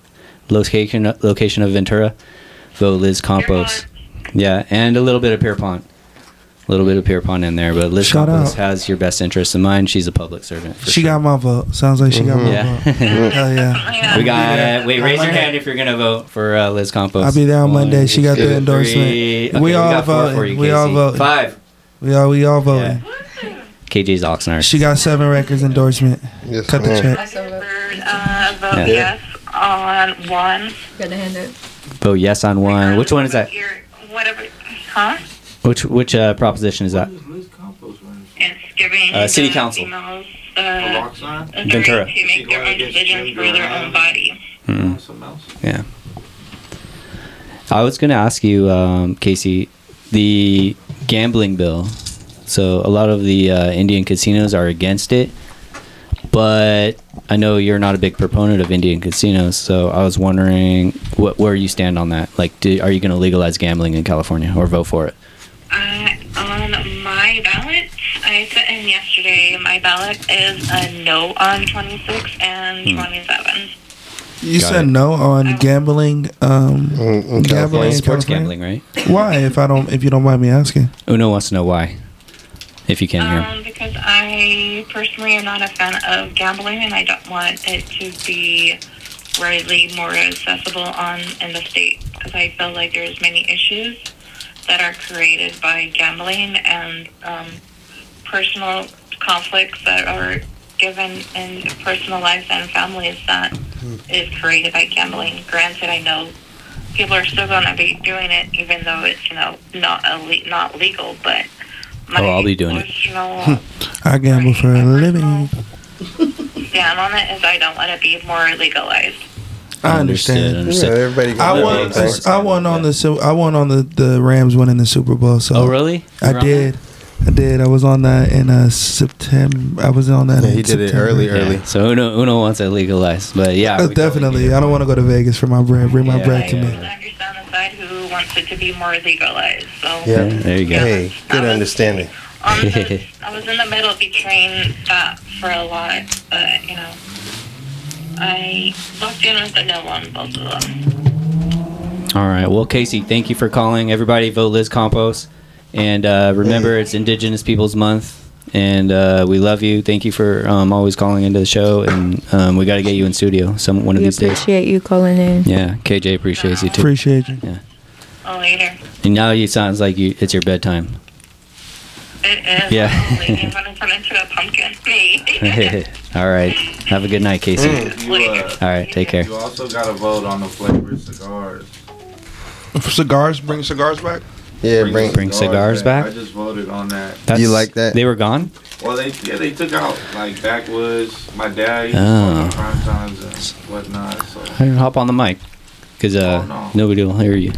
[SPEAKER 1] location location of Ventura, vote Liz Campos. Yeah, and a little bit of Pierpont. A little bit of Pierpont in there, but Liz
[SPEAKER 4] Shout
[SPEAKER 1] Campos
[SPEAKER 4] out.
[SPEAKER 1] has your best interests in mind. She's a public servant. for
[SPEAKER 4] She
[SPEAKER 1] sure. Mm-hmm.
[SPEAKER 4] got my vote. Sounds like she got my vote.
[SPEAKER 1] Yeah.
[SPEAKER 4] Hell yeah.
[SPEAKER 1] (laughs)
[SPEAKER 7] Yeah.
[SPEAKER 1] We got it. Wait,
[SPEAKER 4] On
[SPEAKER 1] raise your
[SPEAKER 4] Monday.
[SPEAKER 1] hand if you're gonna vote for uh, Liz Campos.
[SPEAKER 4] I'll be there on
[SPEAKER 1] One,
[SPEAKER 4] Monday. She got the
[SPEAKER 1] two,
[SPEAKER 4] endorsement.
[SPEAKER 1] three.
[SPEAKER 4] We all
[SPEAKER 1] got four
[SPEAKER 4] voting.
[SPEAKER 1] for you,
[SPEAKER 4] We all
[SPEAKER 1] Casey.
[SPEAKER 4] voting.
[SPEAKER 1] Five.
[SPEAKER 4] We all we all voting.
[SPEAKER 1] KJ's Oxnard.
[SPEAKER 4] She got seven records endorsement.
[SPEAKER 3] Yes,
[SPEAKER 4] Cut the
[SPEAKER 3] ma'am.
[SPEAKER 4] check.
[SPEAKER 7] I heard, uh, vote
[SPEAKER 1] Yeah.
[SPEAKER 7] yes on one.
[SPEAKER 5] Gotta hand it.
[SPEAKER 1] vote yes on one. Which one is that?
[SPEAKER 7] Your- Whatever, huh?
[SPEAKER 1] Which which uh, proposition is that?
[SPEAKER 7] It's giving.
[SPEAKER 1] Uh, city
[SPEAKER 7] the
[SPEAKER 1] council.
[SPEAKER 7] females, uh,
[SPEAKER 6] Roxanne?
[SPEAKER 7] authority
[SPEAKER 1] Ventura.
[SPEAKER 7] To make their own decisions for their own body.
[SPEAKER 1] Hmm.
[SPEAKER 6] Something else?
[SPEAKER 1] I was gonna ask you, um, Casey, the gambling bill. So a lot of the uh, Indian casinos are against it, but I know you're not a big proponent of Indian casinos. So I was wondering what where you stand on that. Like, do, are you gonna legalize gambling in California or vote for it?
[SPEAKER 7] Uh, on my ballot, I sent in yesterday, my ballot is a no on 26 and 27.
[SPEAKER 4] You
[SPEAKER 1] Got
[SPEAKER 4] said
[SPEAKER 1] it.
[SPEAKER 4] no on gambling. Um,
[SPEAKER 3] Mm, mm,
[SPEAKER 4] Gambling.
[SPEAKER 3] California.
[SPEAKER 4] in
[SPEAKER 1] sports
[SPEAKER 4] California?
[SPEAKER 1] gambling, right?
[SPEAKER 4] why? If I don't, if you don't mind me asking,
[SPEAKER 1] Uno wants to know why. If you can hear. him.
[SPEAKER 7] Um, because I personally am not a fan of gambling, and I don't want it to be readily more accessible on in the state because I feel like there's many issues that are created by gambling and um, personal conflicts that are given in personal lives and families that
[SPEAKER 4] Hmm.
[SPEAKER 7] is created by gambling. Granted, I know people are still going to be doing it, even though it's you know not elite, not legal, but.
[SPEAKER 1] Oh, I'll be doing it.
[SPEAKER 7] it.
[SPEAKER 4] I (laughs) gamble for a living.
[SPEAKER 7] (laughs) Yeah, I'm on it is I don't want to be more legalized.
[SPEAKER 4] I understand.
[SPEAKER 3] Yeah,
[SPEAKER 1] Understood.
[SPEAKER 3] everybody got
[SPEAKER 4] I
[SPEAKER 3] their
[SPEAKER 4] won.
[SPEAKER 3] own thing.
[SPEAKER 4] I won on the. Su- I won on the the Rams winning the Super Bowl. So
[SPEAKER 1] Oh, really?
[SPEAKER 4] I did. I did. I was on that in uh, September. I was on that.
[SPEAKER 3] Yeah,
[SPEAKER 4] in
[SPEAKER 3] he did it
[SPEAKER 4] September.
[SPEAKER 3] early, early.
[SPEAKER 1] Yeah. So Uno Uno wants it legalized, but yeah.
[SPEAKER 4] Uh,
[SPEAKER 1] we totally get
[SPEAKER 4] definitely.
[SPEAKER 1] it.
[SPEAKER 4] I don't want to go to Vegas for my bread. Bring my
[SPEAKER 1] Yeah,
[SPEAKER 4] bread to
[SPEAKER 1] yeah.
[SPEAKER 4] me.
[SPEAKER 7] I understand the side who wants it to be more legalized. So
[SPEAKER 3] Yeah.
[SPEAKER 1] There you go.
[SPEAKER 3] Hey, good understanding.
[SPEAKER 7] um, I was in the middle between that for a lot, but you know, I locked in with the no on both of them.
[SPEAKER 1] All right. Well, Casey, thank you for calling. Everybody, vote Liz Campos, and uh, remember it's Indigenous Peoples Month. And uh, we love you. Thank you for um, always calling into the show, and um, we got to get you in studio some one of
[SPEAKER 5] We
[SPEAKER 1] these days.
[SPEAKER 5] appreciate you calling in.
[SPEAKER 1] Yeah, KJ appreciates you too.
[SPEAKER 4] Appreciate you.
[SPEAKER 7] Oh, later.
[SPEAKER 1] And now you sounds like you it's your bedtime. (laughs)
[SPEAKER 7] It is.
[SPEAKER 1] Yeah.
[SPEAKER 7] Only if I'm turn into a pumpkin. (laughs) Me.
[SPEAKER 1] All right. Have a good night, Casey.
[SPEAKER 6] You, uh,
[SPEAKER 1] All right. Take care.
[SPEAKER 6] you also got to vote on the flavored cigars.
[SPEAKER 4] Cigars. Bring cigars back.
[SPEAKER 3] Yeah, bring.
[SPEAKER 1] Bring cigars back?
[SPEAKER 6] I just voted on that.
[SPEAKER 1] That's-
[SPEAKER 3] like that?
[SPEAKER 1] They were gone.
[SPEAKER 6] Well, they yeah they took out like backwoods. My dad used
[SPEAKER 1] Oh.
[SPEAKER 6] to smoke prime times and whatnot. So
[SPEAKER 1] I didn't hop on the mic because uh,
[SPEAKER 6] Oh, no.
[SPEAKER 1] nobody will hear you.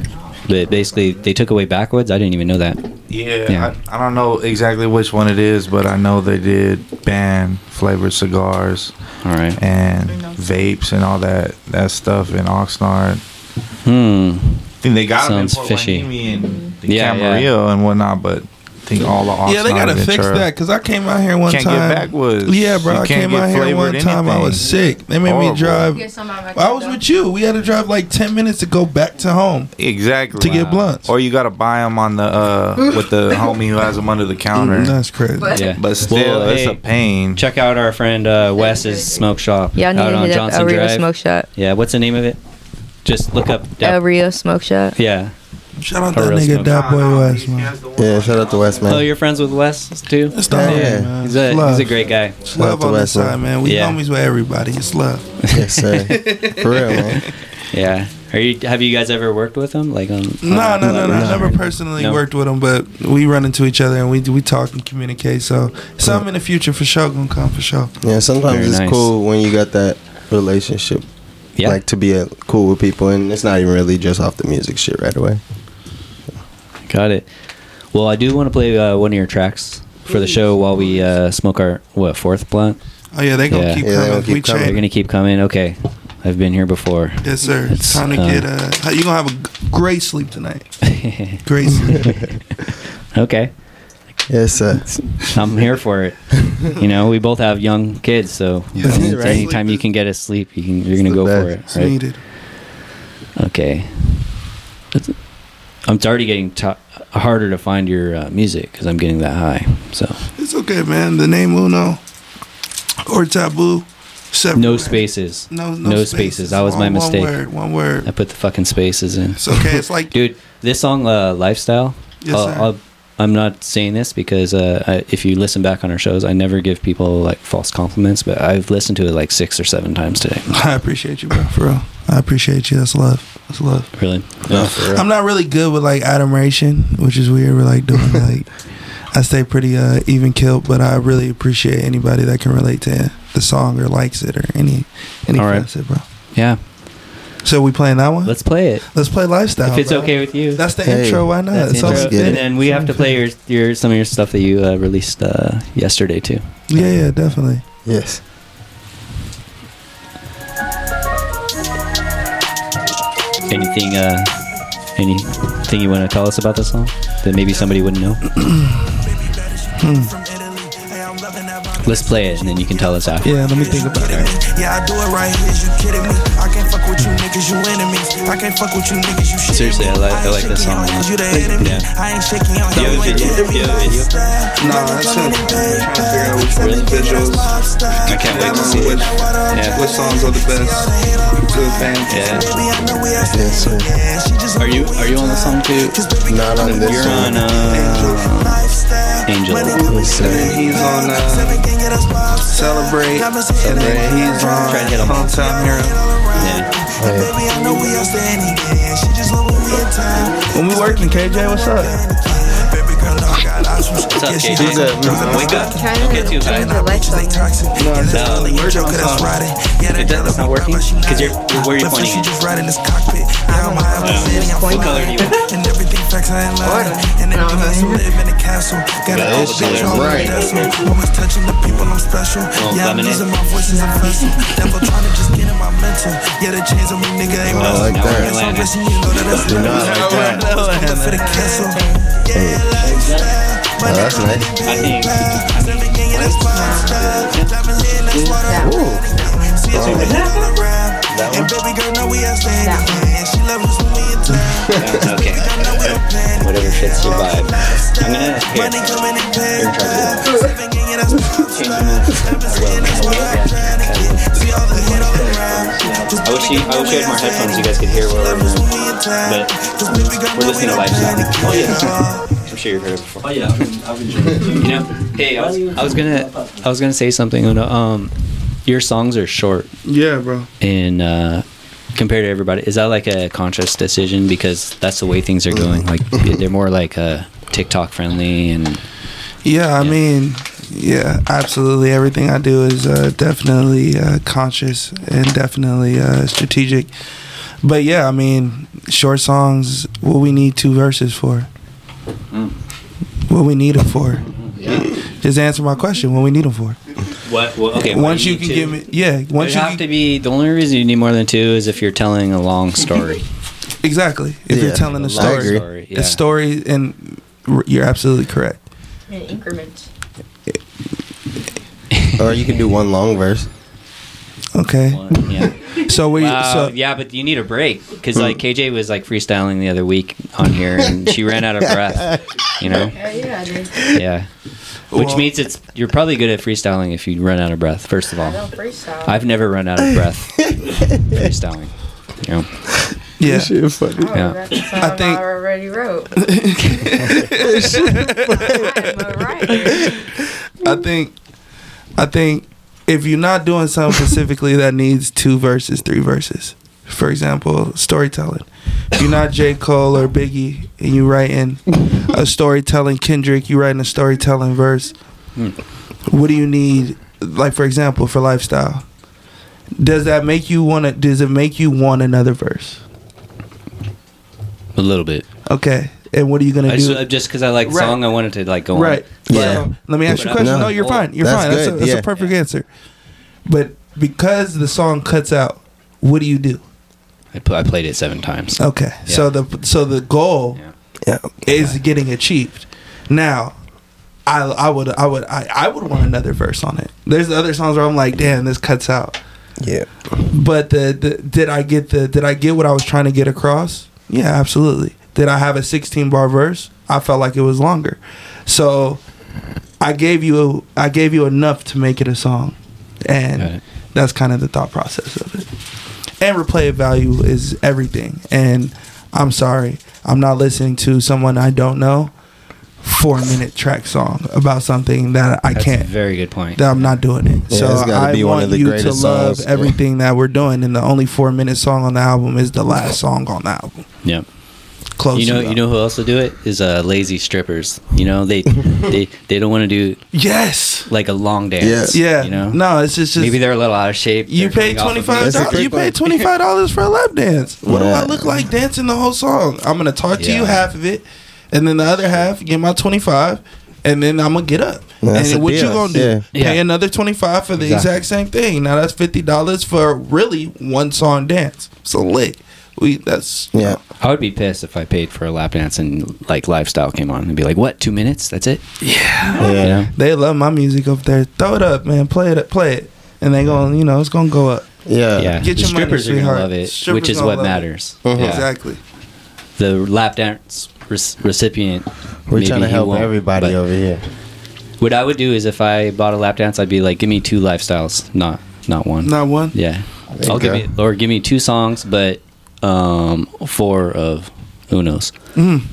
[SPEAKER 1] But basically, they took away backwards. I didn't even know that.
[SPEAKER 6] yeah,
[SPEAKER 1] Yeah.
[SPEAKER 6] I, I don't know exactly which one it is, but I know they did ban flavored cigars.
[SPEAKER 1] All right.
[SPEAKER 6] and vapes and all that that stuff in Oxnard.
[SPEAKER 1] Hmm.
[SPEAKER 6] I think they got 'em
[SPEAKER 1] Sounds
[SPEAKER 6] in Fort
[SPEAKER 1] fishy.
[SPEAKER 6] Wayne and the
[SPEAKER 1] Yeah, yeah.
[SPEAKER 6] Camarillo and whatnot, but I think all the Oxnard.
[SPEAKER 4] yeah, they gotta fix
[SPEAKER 6] Ventura-
[SPEAKER 4] that because I came out here one
[SPEAKER 6] Can't
[SPEAKER 4] time.
[SPEAKER 6] get backwards.
[SPEAKER 4] Yeah, bro.
[SPEAKER 6] You
[SPEAKER 4] I
[SPEAKER 6] can't
[SPEAKER 4] came
[SPEAKER 6] get
[SPEAKER 4] out here
[SPEAKER 6] flavored
[SPEAKER 4] one time. I
[SPEAKER 6] anything.
[SPEAKER 4] was sick. They made
[SPEAKER 6] Horrible.
[SPEAKER 4] me drive. I was with you. We had to drive like ten minutes to go back to home
[SPEAKER 6] Exactly.
[SPEAKER 4] to get blunts.
[SPEAKER 6] or you gotta buy them on
[SPEAKER 4] (laughs)
[SPEAKER 6] the uh, with the homie who has them under the
[SPEAKER 4] Mm,
[SPEAKER 6] counter.
[SPEAKER 4] That's crazy.
[SPEAKER 3] (laughs)
[SPEAKER 1] Yeah.
[SPEAKER 6] But still,
[SPEAKER 1] Well,
[SPEAKER 6] it's
[SPEAKER 1] hey,
[SPEAKER 6] a pain.
[SPEAKER 1] Check out our friend uh, Wes's smoke shop
[SPEAKER 5] Y'all need
[SPEAKER 1] out
[SPEAKER 5] to
[SPEAKER 1] on
[SPEAKER 5] hit up El
[SPEAKER 1] Johnson
[SPEAKER 5] Rio
[SPEAKER 1] Drive.
[SPEAKER 5] Smoke Shop.
[SPEAKER 1] Yeah, what's the name of it? Just look up.
[SPEAKER 5] El
[SPEAKER 1] Dap-
[SPEAKER 5] Rio Smoke Shop.
[SPEAKER 1] yeah.
[SPEAKER 4] Shout out
[SPEAKER 1] A
[SPEAKER 4] that
[SPEAKER 1] real
[SPEAKER 4] nigga
[SPEAKER 1] smoke.
[SPEAKER 4] Dap Boy West,
[SPEAKER 6] He
[SPEAKER 4] man.
[SPEAKER 6] has the one
[SPEAKER 3] Yeah,
[SPEAKER 6] on
[SPEAKER 3] shout out to West
[SPEAKER 1] Oh,
[SPEAKER 3] man.
[SPEAKER 1] you're friends with Wes too.
[SPEAKER 4] It's the
[SPEAKER 3] Yeah.
[SPEAKER 4] homie,
[SPEAKER 3] Yeah.
[SPEAKER 4] man.
[SPEAKER 1] He's
[SPEAKER 4] It's
[SPEAKER 1] a
[SPEAKER 4] love.
[SPEAKER 1] he's a great guy.
[SPEAKER 4] It's love
[SPEAKER 3] Shout out
[SPEAKER 4] on
[SPEAKER 3] to
[SPEAKER 4] this
[SPEAKER 3] Wesleyan.
[SPEAKER 4] side, man. We
[SPEAKER 1] Yeah.
[SPEAKER 4] homies with everybody. It's love. (laughs)
[SPEAKER 3] Yes, sir. For real, man.
[SPEAKER 1] (laughs) Yeah. Are you? Have you guys ever worked with him? Like on?
[SPEAKER 4] No,
[SPEAKER 1] on-
[SPEAKER 4] no, no, no. I
[SPEAKER 1] or-
[SPEAKER 4] never personally
[SPEAKER 1] No.
[SPEAKER 4] worked with him, but we run into each other and we we talk and communicate. So something in the future for sure gonna come for sure.
[SPEAKER 3] Yeah, sometimes
[SPEAKER 1] Very
[SPEAKER 3] it's
[SPEAKER 1] nice.
[SPEAKER 3] cool when you got that relationship.
[SPEAKER 1] Yeah.
[SPEAKER 3] Like to be uh, cool with people, and it's not even really just off the music shit right away.
[SPEAKER 1] Got it. Well, I do want to play uh, one of your tracks for the show while we uh, smoke our what fourth blunt.
[SPEAKER 4] Oh yeah, they gonna
[SPEAKER 1] Yeah.
[SPEAKER 4] keep
[SPEAKER 3] Yeah, they
[SPEAKER 4] coming.
[SPEAKER 3] gonna keep
[SPEAKER 4] we
[SPEAKER 3] coming.
[SPEAKER 1] They're
[SPEAKER 4] change.
[SPEAKER 1] gonna keep coming. Okay. I've been here before.
[SPEAKER 4] Yes, sir. It's time to
[SPEAKER 1] uh,
[SPEAKER 4] get uh you gonna have a g- great sleep tonight. Great sleep.
[SPEAKER 1] (laughs) okay. (laughs)
[SPEAKER 3] Yes, sir.
[SPEAKER 1] I'm here for it. You know, we both have young kids,
[SPEAKER 4] (laughs)
[SPEAKER 1] so
[SPEAKER 8] Yeah.
[SPEAKER 1] I mean,
[SPEAKER 3] Right.
[SPEAKER 1] anytime you can get us sleep, you can, you're gonna
[SPEAKER 3] the
[SPEAKER 1] go for
[SPEAKER 3] best.
[SPEAKER 1] it,
[SPEAKER 4] It's
[SPEAKER 1] right?
[SPEAKER 4] needed.
[SPEAKER 1] Okay. That's, I'm already getting to harder to find your uh, music because I'm getting that high. So
[SPEAKER 4] It's okay, man. The name Uno or Taboo. separate.
[SPEAKER 1] no spaces.
[SPEAKER 4] No, no,
[SPEAKER 1] No spaces. That was my
[SPEAKER 4] One-
[SPEAKER 1] mistake.
[SPEAKER 4] One word. One word.
[SPEAKER 1] I put the fucking spaces in.
[SPEAKER 4] It's okay. It's
[SPEAKER 1] (laughs)
[SPEAKER 4] like
[SPEAKER 1] Dude, uh, this song, uh, Lifestyle,
[SPEAKER 4] Yes,
[SPEAKER 1] I'll-
[SPEAKER 4] sir.
[SPEAKER 1] I'll- I'm not saying this because uh, I, if you listen back on our shows, I never give people like false compliments, but I've listened to it like six or seven times today.
[SPEAKER 4] I appreciate you, bro. For real, I appreciate you. That's love. That's love.
[SPEAKER 1] Really? Yeah.
[SPEAKER 4] I'm not really good with like admiration, which is weird. We're
[SPEAKER 1] (laughs)
[SPEAKER 4] like doing like I stay pretty uh, even killed, but I really appreciate anybody that can relate to the song or likes it or any any
[SPEAKER 1] All right.
[SPEAKER 4] facet, bro.
[SPEAKER 1] Yeah.
[SPEAKER 4] So we playing that one? Let's,
[SPEAKER 1] Let's play it.
[SPEAKER 4] play lifestyle.
[SPEAKER 1] If it's
[SPEAKER 4] bro.
[SPEAKER 1] okay with you.
[SPEAKER 4] That's the
[SPEAKER 3] Hey,
[SPEAKER 4] intro. Why not?
[SPEAKER 1] That's
[SPEAKER 4] It's
[SPEAKER 1] the
[SPEAKER 4] all
[SPEAKER 1] intro.
[SPEAKER 3] Sounds good.
[SPEAKER 1] And then we have to play your, your some of your stuff that you uh, released uh, yesterday too.
[SPEAKER 4] Yeah, yeah, definitely.
[SPEAKER 3] Yes.
[SPEAKER 1] Anything uh, anything you want to tell us about this song that maybe somebody wouldn't know? Let's play it and then you can tell us after.
[SPEAKER 4] Yeah, let me think about it.
[SPEAKER 9] Yeah, I do it right here. Is you kidding me? I can't fuck with you niggas, you enemies. I can't fuck with you niggas, you shit.
[SPEAKER 1] Seriously, I like- I like this song a lot.
[SPEAKER 9] You the enemy.
[SPEAKER 1] Yeah.
[SPEAKER 9] I ain't shaking out.
[SPEAKER 1] Do you have a video? Do you have a video?
[SPEAKER 4] Nah, that's it.
[SPEAKER 9] trying to
[SPEAKER 4] figure out
[SPEAKER 9] which
[SPEAKER 1] one's
[SPEAKER 9] visuals. I
[SPEAKER 1] can't wait to see it. Yeah.
[SPEAKER 9] Which songs are the best? Good fans.
[SPEAKER 1] Yeah.
[SPEAKER 3] Yes, sir.
[SPEAKER 1] Are you are you on the song too?
[SPEAKER 3] Not on this
[SPEAKER 1] You're on
[SPEAKER 3] one.
[SPEAKER 1] uh, Angel.
[SPEAKER 9] He's on uh, Celebrate, and then he's on
[SPEAKER 1] Try to hit 'em.
[SPEAKER 9] Hometown Hero.
[SPEAKER 1] Yeah.
[SPEAKER 3] Hey,
[SPEAKER 9] Baby, I know we are standing here. She just love when we in time.
[SPEAKER 4] When we working, KJ, what's up?
[SPEAKER 9] Baby girl, I got options.
[SPEAKER 1] What's up,
[SPEAKER 9] Yeah, she
[SPEAKER 1] KJ?
[SPEAKER 9] just-
[SPEAKER 1] Wake up.
[SPEAKER 5] Trying
[SPEAKER 1] Don't get too
[SPEAKER 5] to change
[SPEAKER 1] high.
[SPEAKER 5] the
[SPEAKER 9] (laughs)
[SPEAKER 5] lights
[SPEAKER 9] They
[SPEAKER 5] on.
[SPEAKER 9] toxic. Yeah, that's
[SPEAKER 1] no,
[SPEAKER 9] all in your
[SPEAKER 1] where's your
[SPEAKER 9] joke, that's
[SPEAKER 1] phone?
[SPEAKER 9] riding. Yeah, that
[SPEAKER 1] It does-
[SPEAKER 9] girl
[SPEAKER 1] it's not
[SPEAKER 9] is
[SPEAKER 1] working?
[SPEAKER 9] rubber, she
[SPEAKER 1] 'Cause you're-
[SPEAKER 9] not-
[SPEAKER 1] where are you
[SPEAKER 9] but
[SPEAKER 1] pointing
[SPEAKER 9] she
[SPEAKER 1] at?
[SPEAKER 9] just riding this cockpit. Yeah, I'm high, I'm sitting, I'm
[SPEAKER 1] What color do
[SPEAKER 9] flying.
[SPEAKER 1] you want?
[SPEAKER 9] And everything facts, I ain't lying. And everything else, we live in a castle. Got an
[SPEAKER 1] Those
[SPEAKER 9] old bitch
[SPEAKER 1] colors.
[SPEAKER 9] on the
[SPEAKER 3] Right.
[SPEAKER 9] vessel. Always touching the people, I'm special.
[SPEAKER 1] Oh,
[SPEAKER 9] Yeah, I'm
[SPEAKER 1] lemonade.
[SPEAKER 9] using my voice as a vessel. Devil trying to just get in my mental. Yeah, the chains on me, nigga, ain't
[SPEAKER 3] I
[SPEAKER 9] rustle.
[SPEAKER 3] like
[SPEAKER 1] Now we're
[SPEAKER 3] that.
[SPEAKER 9] I'm
[SPEAKER 1] landing.
[SPEAKER 9] racing, you know that it's
[SPEAKER 3] Do not
[SPEAKER 9] love.
[SPEAKER 3] like
[SPEAKER 9] I'm
[SPEAKER 3] that.
[SPEAKER 9] looking for the castle.
[SPEAKER 3] Hey. Oh, that's nice.
[SPEAKER 1] I think
[SPEAKER 9] And baby girl, know we are standing. And she loves us when we in time.
[SPEAKER 1] that's okay. Whatever fits your vibe. I'm gonna here.
[SPEAKER 9] Money coming in
[SPEAKER 1] Here,
[SPEAKER 9] pairs.
[SPEAKER 1] try this.
[SPEAKER 9] Seven gang, that's what
[SPEAKER 1] Change the mood. I will. I will, yeah.
[SPEAKER 9] See all the hit on the rhyme.
[SPEAKER 1] I wish you, I wish you had more headphones. You guys could hear what we're
[SPEAKER 9] Loves us
[SPEAKER 1] doing.
[SPEAKER 9] when we in time.
[SPEAKER 1] But
[SPEAKER 9] Cause baby girl,
[SPEAKER 1] we're
[SPEAKER 9] know
[SPEAKER 1] listening to
[SPEAKER 9] we are
[SPEAKER 1] Lifestyle.
[SPEAKER 9] planning.
[SPEAKER 1] Oh, yeah. I'm sure you've heard it before. Oh yeah, I've been, You know, hey, I was, I was gonna, I was gonna say something. Una. Um, your songs are short,
[SPEAKER 4] Yeah, bro.
[SPEAKER 1] and uh, compared to everybody, is that like a conscious decision? Because that's the way things are going.
[SPEAKER 4] (laughs)
[SPEAKER 1] Like they're more like uh, TikTok friendly, and
[SPEAKER 4] Yeah, I
[SPEAKER 1] Yeah.
[SPEAKER 4] mean, yeah, absolutely. Everything I do is uh, definitely uh, conscious and definitely uh, strategic. But yeah, I mean, short songs, what we need two verses for.
[SPEAKER 1] Mm.
[SPEAKER 4] What we need them for. Just answer my question. What we need them for?
[SPEAKER 1] what? what okay,
[SPEAKER 4] once you, can give me, yeah. Once
[SPEAKER 1] Once
[SPEAKER 4] you
[SPEAKER 1] you have
[SPEAKER 4] can-
[SPEAKER 1] to be the only reason you need more than two is if you're telling a long
[SPEAKER 4] (laughs)
[SPEAKER 1] story.
[SPEAKER 4] exactly. If
[SPEAKER 3] Yeah,
[SPEAKER 4] you're telling a
[SPEAKER 3] I
[SPEAKER 4] story,
[SPEAKER 3] agree.
[SPEAKER 1] Story,
[SPEAKER 4] a
[SPEAKER 1] yeah.
[SPEAKER 4] story, and r- you're absolutely correct.
[SPEAKER 5] In increments.
[SPEAKER 3] Or you can do one long verse.
[SPEAKER 4] Okay.
[SPEAKER 1] One, yeah.
[SPEAKER 4] So we.
[SPEAKER 1] Wow,
[SPEAKER 4] so, Hmm.
[SPEAKER 1] yeah, but you need a break because like KJ was like freestyling the other week on here, and she ran out of breath. You know,
[SPEAKER 5] yeah, I did.
[SPEAKER 1] yeah. Which
[SPEAKER 4] Well-
[SPEAKER 1] means it's you're probably good at freestyling if you run out of breath. First of all,
[SPEAKER 5] freestyle.
[SPEAKER 1] I've never run out of breath freestyling. You know,
[SPEAKER 4] yeah.
[SPEAKER 5] Oh,
[SPEAKER 1] yeah.
[SPEAKER 4] I think- I
[SPEAKER 5] already wrote. I'm a writer.
[SPEAKER 4] I think, I think, if you're not doing something specifically that needs two verses, three verses, for example, storytelling. If you're not J. Cole or Biggie and you writing a storytelling Kendrick, you writing a storytelling verse. What do you need? Like for example, for lifestyle, does that make you want to? Does it make you want another verse?
[SPEAKER 1] a little bit.
[SPEAKER 4] Okay, and what are you gonna
[SPEAKER 1] I
[SPEAKER 4] do?
[SPEAKER 1] just, uh, just because I like the
[SPEAKER 4] Right.
[SPEAKER 1] song, I wanted to like go
[SPEAKER 4] Right.
[SPEAKER 1] on.
[SPEAKER 3] Yeah.
[SPEAKER 4] So, let me ask you
[SPEAKER 1] But I-
[SPEAKER 4] a question. No,
[SPEAKER 3] No.
[SPEAKER 4] you're
[SPEAKER 1] Well,
[SPEAKER 4] fine. You're
[SPEAKER 3] that's
[SPEAKER 4] fine. That's, a,
[SPEAKER 3] good.
[SPEAKER 4] that's
[SPEAKER 3] Yeah.
[SPEAKER 4] a perfect answer. But because the song cuts out, what do you do?
[SPEAKER 1] I, pl- I played it seven times.
[SPEAKER 4] Okay. So the so the goal
[SPEAKER 1] Yeah.
[SPEAKER 3] Yeah.
[SPEAKER 4] is getting achieved. Now, I I would I would I, I would want another verse on it. There's other songs where I'm like, damn, this cuts out.
[SPEAKER 3] Yeah.
[SPEAKER 4] But the, the did I get the did I get what I was trying to get across? Yeah, absolutely. Did I have a 16 bar verse? I felt like it was longer. So I gave you I gave you enough to make it a song. And
[SPEAKER 1] Got it.
[SPEAKER 4] that's kind of the thought process of it. And replay value is everything. And I'm sorry, I'm not listening to someone I don't know four minute track song about something that I
[SPEAKER 1] That's
[SPEAKER 4] can't
[SPEAKER 1] a very good point.
[SPEAKER 4] that I'm not doing it.
[SPEAKER 3] Yeah,
[SPEAKER 4] so
[SPEAKER 3] it's gotta
[SPEAKER 4] I
[SPEAKER 3] be one
[SPEAKER 4] want
[SPEAKER 3] of the
[SPEAKER 4] you to
[SPEAKER 3] greatest
[SPEAKER 4] love
[SPEAKER 3] songs.
[SPEAKER 4] everything that we're doing, and the only four minute song on the album is the last song on the album.
[SPEAKER 1] yeah.
[SPEAKER 4] Close.
[SPEAKER 1] You know,
[SPEAKER 4] enough.
[SPEAKER 1] you know who else will do it is uh, lazy strippers. You know,
[SPEAKER 4] (laughs)
[SPEAKER 1] they they they don't want to do
[SPEAKER 4] Yes.
[SPEAKER 1] like a long dance.
[SPEAKER 4] Yeah.
[SPEAKER 1] You know,
[SPEAKER 4] No, it's just, just
[SPEAKER 1] maybe they're a little out of shape. They're
[SPEAKER 4] you pay
[SPEAKER 1] coming
[SPEAKER 4] twenty
[SPEAKER 1] off of
[SPEAKER 4] five
[SPEAKER 3] That's a
[SPEAKER 4] dollars.
[SPEAKER 3] great
[SPEAKER 4] You pay
[SPEAKER 3] point.
[SPEAKER 4] twenty five dollars for a lap dance. What do I
[SPEAKER 3] Yeah.
[SPEAKER 4] look like dancing the whole song? I'm gonna talk to you
[SPEAKER 1] Yeah.
[SPEAKER 4] half of it, and then the other half get my twenty five, and then I'm gonna get up.
[SPEAKER 3] That's
[SPEAKER 4] and
[SPEAKER 3] a
[SPEAKER 4] what you
[SPEAKER 3] deal.
[SPEAKER 4] gonna do?
[SPEAKER 3] Yeah.
[SPEAKER 4] Pay
[SPEAKER 1] Yeah.
[SPEAKER 4] another twenty five for the
[SPEAKER 1] Exactly.
[SPEAKER 4] exact same thing. Now that's fifty dollars for really one song dance. So lit. We that's
[SPEAKER 3] Yeah.
[SPEAKER 1] I would be pissed if I paid for a lap dance and like lifestyle came on and be like, "What? Two minutes? That's it?" You
[SPEAKER 3] Yeah.
[SPEAKER 1] know?
[SPEAKER 4] They love my music up there. Throw it up, man. Play it, play it, and they going, to you know, it's gonna go up.
[SPEAKER 3] Yeah.
[SPEAKER 1] yeah.
[SPEAKER 4] Get
[SPEAKER 1] the
[SPEAKER 4] your money,
[SPEAKER 1] strippers are gonna
[SPEAKER 4] sweetheart.
[SPEAKER 1] love it,
[SPEAKER 4] Strippers
[SPEAKER 1] which is
[SPEAKER 4] gonna
[SPEAKER 1] what
[SPEAKER 4] love it. Uh-huh.
[SPEAKER 1] matters.
[SPEAKER 3] Mhm.
[SPEAKER 1] Yeah.
[SPEAKER 4] Exactly.
[SPEAKER 1] The lap dance rec- recipient.
[SPEAKER 3] We're
[SPEAKER 1] maybe
[SPEAKER 3] trying to
[SPEAKER 1] he
[SPEAKER 3] help
[SPEAKER 1] won't,
[SPEAKER 3] everybody
[SPEAKER 1] but
[SPEAKER 3] over here.
[SPEAKER 1] What I would do is if I bought a lap dance, I'd be like, "Give me two lifestyles, not not one."
[SPEAKER 4] Not one.
[SPEAKER 1] Yeah.
[SPEAKER 3] There
[SPEAKER 1] I'll
[SPEAKER 3] you
[SPEAKER 1] give
[SPEAKER 3] go.
[SPEAKER 1] you or give me two songs, but um four of Uno's.
[SPEAKER 4] Mm.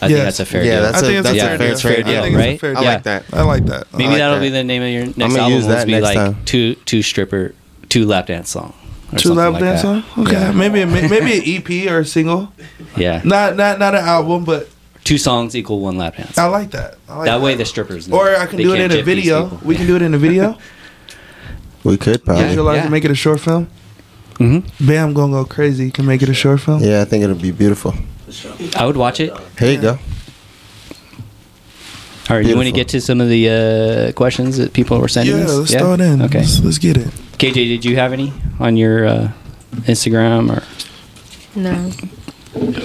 [SPEAKER 1] I think
[SPEAKER 4] Yes.
[SPEAKER 1] that's a fair
[SPEAKER 3] Yeah,
[SPEAKER 1] deal.
[SPEAKER 3] that's
[SPEAKER 4] I
[SPEAKER 3] a
[SPEAKER 4] think it's
[SPEAKER 3] that's
[SPEAKER 4] a
[SPEAKER 3] a
[SPEAKER 1] fair
[SPEAKER 3] fair
[SPEAKER 1] deal.
[SPEAKER 3] trade.
[SPEAKER 1] Fair
[SPEAKER 3] deal,
[SPEAKER 1] deal,
[SPEAKER 3] right?
[SPEAKER 1] right?
[SPEAKER 3] I
[SPEAKER 1] Yeah.
[SPEAKER 3] like that.
[SPEAKER 4] I like that.
[SPEAKER 1] Maybe
[SPEAKER 3] I like
[SPEAKER 1] that'll
[SPEAKER 3] that.
[SPEAKER 1] be the name of your next
[SPEAKER 3] gonna
[SPEAKER 1] album.
[SPEAKER 3] use
[SPEAKER 1] will
[SPEAKER 3] that
[SPEAKER 1] be
[SPEAKER 3] next
[SPEAKER 1] like
[SPEAKER 3] time.
[SPEAKER 1] two two stripper two lap dance song. or
[SPEAKER 4] Two
[SPEAKER 1] something
[SPEAKER 4] lap
[SPEAKER 1] like
[SPEAKER 4] dance
[SPEAKER 1] that.
[SPEAKER 4] song. Okay,
[SPEAKER 1] Yeah.
[SPEAKER 4] maybe a, ma- maybe an EP or a single.
[SPEAKER 1] Yeah.
[SPEAKER 4] Not not not an album, but
[SPEAKER 1] Two songs equal one lap dance.
[SPEAKER 4] I like that. I like
[SPEAKER 1] that way the strippers know.
[SPEAKER 4] Or I can
[SPEAKER 1] They
[SPEAKER 4] do it
[SPEAKER 1] can't
[SPEAKER 4] in a
[SPEAKER 1] jip these
[SPEAKER 4] video.
[SPEAKER 1] people.
[SPEAKER 4] We can do it in a video.
[SPEAKER 3] We could probably. Yeah.
[SPEAKER 1] (laughs)
[SPEAKER 4] Visualize
[SPEAKER 1] yeah.
[SPEAKER 4] and make it a short film.
[SPEAKER 1] Mhm.
[SPEAKER 4] Bam, gonna go crazy. You can make it a short film.
[SPEAKER 3] I think it'll be beautiful.
[SPEAKER 1] I would watch it. All
[SPEAKER 3] Here you go.
[SPEAKER 1] right, you want to
[SPEAKER 3] Beautiful.
[SPEAKER 1] get to some of the uh, questions that people were sending
[SPEAKER 4] Yeah,
[SPEAKER 1] us?
[SPEAKER 4] let's throw it in.
[SPEAKER 1] Okay.
[SPEAKER 4] Let's, let's get it.
[SPEAKER 1] KJ, did you have any on your uh, Instagram or
[SPEAKER 5] No.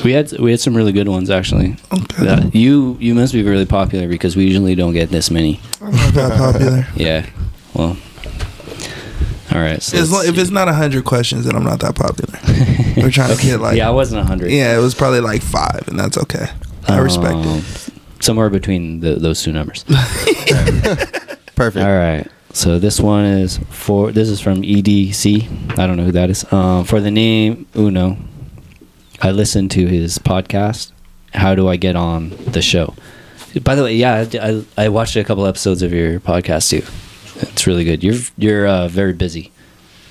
[SPEAKER 1] We had we had some really good ones actually.
[SPEAKER 4] Okay.
[SPEAKER 1] Uh, you you must be really popular because we usually don't get this many.
[SPEAKER 4] I'm not
[SPEAKER 1] (laughs)
[SPEAKER 4] that popular.
[SPEAKER 1] Yeah. Well. All right. So
[SPEAKER 4] As long,
[SPEAKER 1] let's
[SPEAKER 4] if it's not hundred questions, then I'm not that popular.
[SPEAKER 1] see.
[SPEAKER 4] We're
[SPEAKER 1] (laughs)
[SPEAKER 4] trying to get like
[SPEAKER 1] yeah, I
[SPEAKER 4] yeah,
[SPEAKER 1] wasn't hundred.
[SPEAKER 4] it was probably like five, and that's okay. I respect
[SPEAKER 1] Oh.
[SPEAKER 4] it.
[SPEAKER 1] Um, Somewhere between the, those two
[SPEAKER 4] (laughs)
[SPEAKER 1] numbers.
[SPEAKER 3] Perfect.
[SPEAKER 1] All right. So this one is for this is from EDC. I don't know who that is. Um, for the name Uno, I listened to his podcast. How do I get on the show? By the way, yeah, I, I, I watched a couple episodes of your podcast too. It's really good. You're you're uh, very busy.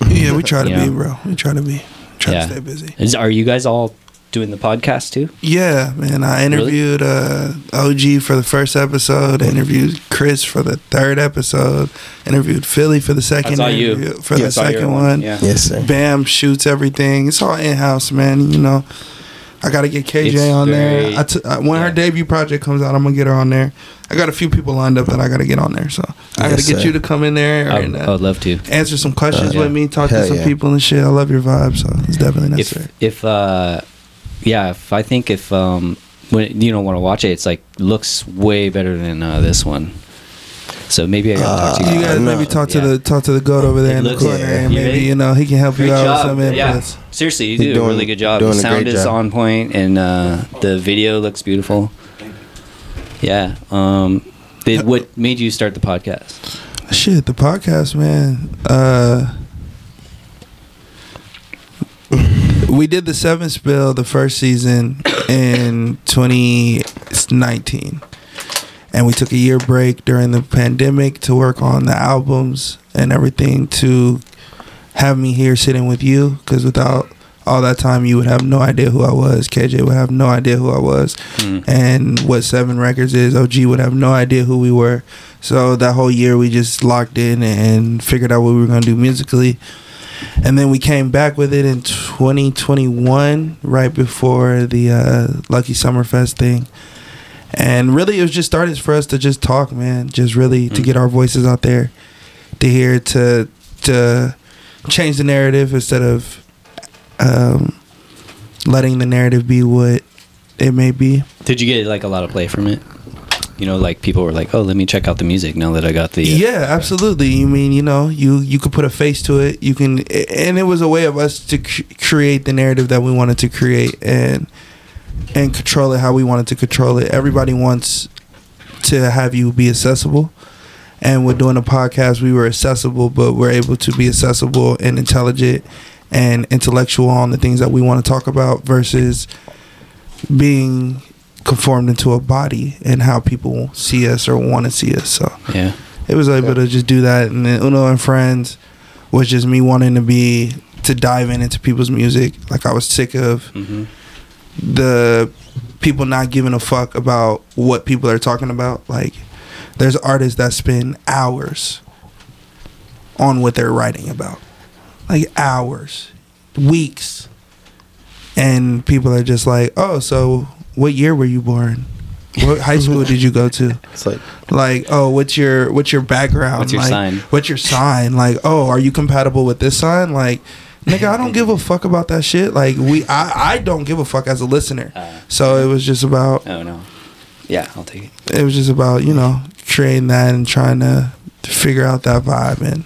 [SPEAKER 4] Yeah, we try to
[SPEAKER 1] Yeah.
[SPEAKER 4] be, bro. We try to be. Try
[SPEAKER 1] Yeah.
[SPEAKER 4] to stay busy.
[SPEAKER 1] Is, are you guys all doing the podcast too?
[SPEAKER 4] Yeah, man. I interviewed uh, OG for the first episode. Interviewed Chris for the third episode. Interviewed Philly for the second.
[SPEAKER 1] saw you.
[SPEAKER 4] interview- for
[SPEAKER 1] I
[SPEAKER 4] the
[SPEAKER 1] saw your
[SPEAKER 4] second
[SPEAKER 1] one,
[SPEAKER 4] one.
[SPEAKER 1] yeah.
[SPEAKER 3] Yes, sir.
[SPEAKER 4] Bam shoots everything. It's all in house, man. You know, I got to get KJ
[SPEAKER 1] It's
[SPEAKER 4] on
[SPEAKER 1] very-
[SPEAKER 4] there. I t- I, when
[SPEAKER 1] yeah.
[SPEAKER 4] her debut project comes out, I'm gonna get her on there. I got a few people lined up that I got to get on there, so I got to
[SPEAKER 3] Yes,
[SPEAKER 4] get
[SPEAKER 3] sir.
[SPEAKER 4] you to come in there
[SPEAKER 1] I
[SPEAKER 4] and
[SPEAKER 1] would, I
[SPEAKER 4] uh,
[SPEAKER 1] would love to.
[SPEAKER 4] answer some questions
[SPEAKER 1] Uh, yeah.
[SPEAKER 4] with me, talk
[SPEAKER 3] Hell
[SPEAKER 4] to some
[SPEAKER 3] yeah.
[SPEAKER 4] people and shit. I love your vibe, so it's definitely necessary.
[SPEAKER 1] If if uh, yeah, if I think if um, when you don't want to watch it, it's like looks way better than uh, this one. So maybe I gotta talk to you.
[SPEAKER 4] you
[SPEAKER 1] guys.
[SPEAKER 4] guys
[SPEAKER 3] no,
[SPEAKER 4] maybe talk to
[SPEAKER 1] yeah.
[SPEAKER 4] the talk to the goat over there
[SPEAKER 1] It
[SPEAKER 4] in the
[SPEAKER 1] looks-
[SPEAKER 4] corner,
[SPEAKER 3] yeah.
[SPEAKER 4] and
[SPEAKER 1] You
[SPEAKER 4] maybe
[SPEAKER 1] ready?
[SPEAKER 4] you know he can help
[SPEAKER 1] Great
[SPEAKER 4] you out with
[SPEAKER 1] job.
[SPEAKER 4] some
[SPEAKER 1] yeah.
[SPEAKER 4] inputs.
[SPEAKER 1] Seriously, you
[SPEAKER 3] You're
[SPEAKER 1] do a
[SPEAKER 3] doing-
[SPEAKER 1] really good job.
[SPEAKER 3] doing
[SPEAKER 1] The
[SPEAKER 3] a
[SPEAKER 1] sound
[SPEAKER 3] great
[SPEAKER 1] is
[SPEAKER 3] job.
[SPEAKER 1] on point, and uh, the video looks beautiful. Yeah. Um, they, what made you start the podcast?
[SPEAKER 4] Shit, the podcast, man. Uh, we did the seven spill the first season in 2019, and we took a year break during the pandemic to work on the albums and everything to have me here sitting with you. Because without all that time, you would have no idea who I was. KJ would have no idea who I was
[SPEAKER 1] Hmm.
[SPEAKER 4] and what Seven Records is. OG would have no idea who we were. So that whole year we just locked in and figured out what we were going to do musically. And then we came back with it in 2021, right before the uh, Lucky Summerfest thing. And really, it was just started for us to just talk, man. Just really to get our voices out there, to hear, to to change the narrative instead of um, letting the narrative be what it may be.
[SPEAKER 1] Did you get like a lot of play from it? you know, like people were like, "Oh, let me check out the music now that I got the."
[SPEAKER 4] Yeah, absolutely. You mean you know you you could put a face to it. You can, and it was a way of us to cr- create the narrative that we wanted to create and and control it how we wanted to control it. Everybody wants to have you be accessible, and with doing a podcast, we were accessible, but we're able to be accessible and intelligent and intellectual on the things that we want to talk about versus being conformed into a body and how people see us or want to see us. So.
[SPEAKER 1] yeah.
[SPEAKER 4] It was able to just do that, and then Uno and Friends was just me wanting to be to dive in into people's music. Like I was sick of
[SPEAKER 1] Mhm.
[SPEAKER 4] the people not giving a fuck about what people are talking about. Like there's artists that spend hours on what they're writing about, like hours, weeks, and people are just like, "Oh, so what year were you born? What
[SPEAKER 1] (laughs)
[SPEAKER 4] high school did you go to?"
[SPEAKER 3] It's like
[SPEAKER 4] like oh what's your what's your background
[SPEAKER 1] What's your
[SPEAKER 4] like,
[SPEAKER 1] sign?
[SPEAKER 4] what's your sign like oh are you compatible with this sign like nigga i don't give a fuck about that shit like we i i don't give a fuck as a listener
[SPEAKER 1] Uh.
[SPEAKER 4] so it was just about
[SPEAKER 1] Oh no. Yeah, I'll take it.
[SPEAKER 4] it was just about you know creating that and trying to, to figure out that vibe and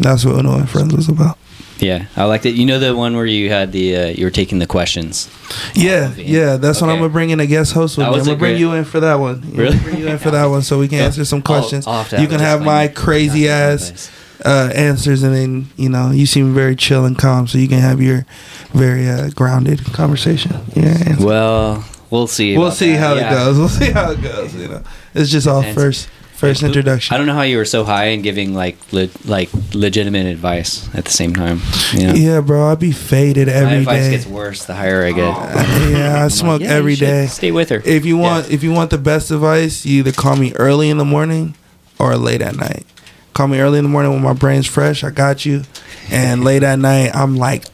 [SPEAKER 4] that's what Uno and Friends was about.
[SPEAKER 1] Yeah, I liked it. You know the one where you had the uh, you were taking the questions.
[SPEAKER 4] Yeah, yeah, that's when I'm
[SPEAKER 1] Okay.
[SPEAKER 4] gonna bring in a guest host with
[SPEAKER 1] That
[SPEAKER 4] me. I'm
[SPEAKER 1] was
[SPEAKER 4] gonna
[SPEAKER 1] a
[SPEAKER 4] bring
[SPEAKER 1] great-
[SPEAKER 4] you in for that one. Yeah,
[SPEAKER 1] Really?
[SPEAKER 4] bring you in for that one so we can answer some questions.
[SPEAKER 1] I'll- I'll have to
[SPEAKER 4] you
[SPEAKER 1] have
[SPEAKER 4] can
[SPEAKER 1] it
[SPEAKER 4] have
[SPEAKER 1] explained.
[SPEAKER 4] my crazy ass uh, answers, and then you know you seem very chill and calm, so you can have your very uh, grounded conversation. Yeah, and
[SPEAKER 1] Well, we'll see.
[SPEAKER 4] we'll
[SPEAKER 1] about
[SPEAKER 4] see
[SPEAKER 1] that.
[SPEAKER 4] how
[SPEAKER 1] Yeah.
[SPEAKER 4] it goes. (laughs) We'll see how it goes. You know, it's just all
[SPEAKER 1] And-
[SPEAKER 4] first first
[SPEAKER 1] and who-
[SPEAKER 4] introduction.
[SPEAKER 1] I don't know how you were so high and giving like le- like legitimate advice at the same time. You know?
[SPEAKER 4] yeah, bro, I be faded
[SPEAKER 1] My
[SPEAKER 4] every
[SPEAKER 1] advice
[SPEAKER 4] day.
[SPEAKER 1] gets worse the higher I get.
[SPEAKER 4] (laughs) yeah, I
[SPEAKER 1] (laughs)
[SPEAKER 4] smoke
[SPEAKER 1] Yeah, you
[SPEAKER 4] every
[SPEAKER 1] should
[SPEAKER 4] day.
[SPEAKER 1] Stay with her.
[SPEAKER 4] If you want, if you want the best advice, you either call me early in the morning or late at night. Call me early in the morning when my brain's fresh. I got you.
[SPEAKER 1] (laughs)
[SPEAKER 4] And late at night, I'm like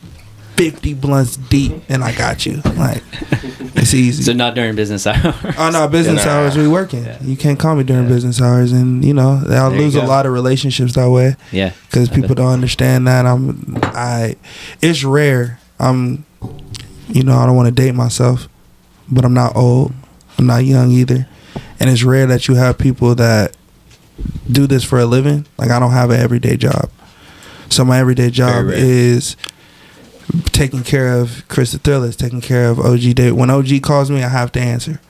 [SPEAKER 4] 50 blunts deep, and I got you. Like it's easy.
[SPEAKER 1] So not during business (laughs) hours.
[SPEAKER 4] Oh no, business
[SPEAKER 1] Yeah.
[SPEAKER 4] hours we working.
[SPEAKER 1] Yeah.
[SPEAKER 4] You can't call me during business hours, and you know I'll
[SPEAKER 1] There you
[SPEAKER 4] lose a
[SPEAKER 1] go.
[SPEAKER 4] lot of relationships that way
[SPEAKER 1] Yeah.
[SPEAKER 4] because
[SPEAKER 1] I bet.
[SPEAKER 4] people don't understand that I'm I. It's rare. I'm, you know, I don't want to date myself, but I'm not old. I'm not young either, and it's rare that you have people that do this for a living. Like I don't have an everyday job, so my everyday job
[SPEAKER 1] rare.
[SPEAKER 4] is taking care of Chris the Thrillist, taking care of OG Dave. When OG calls me, I have to answer.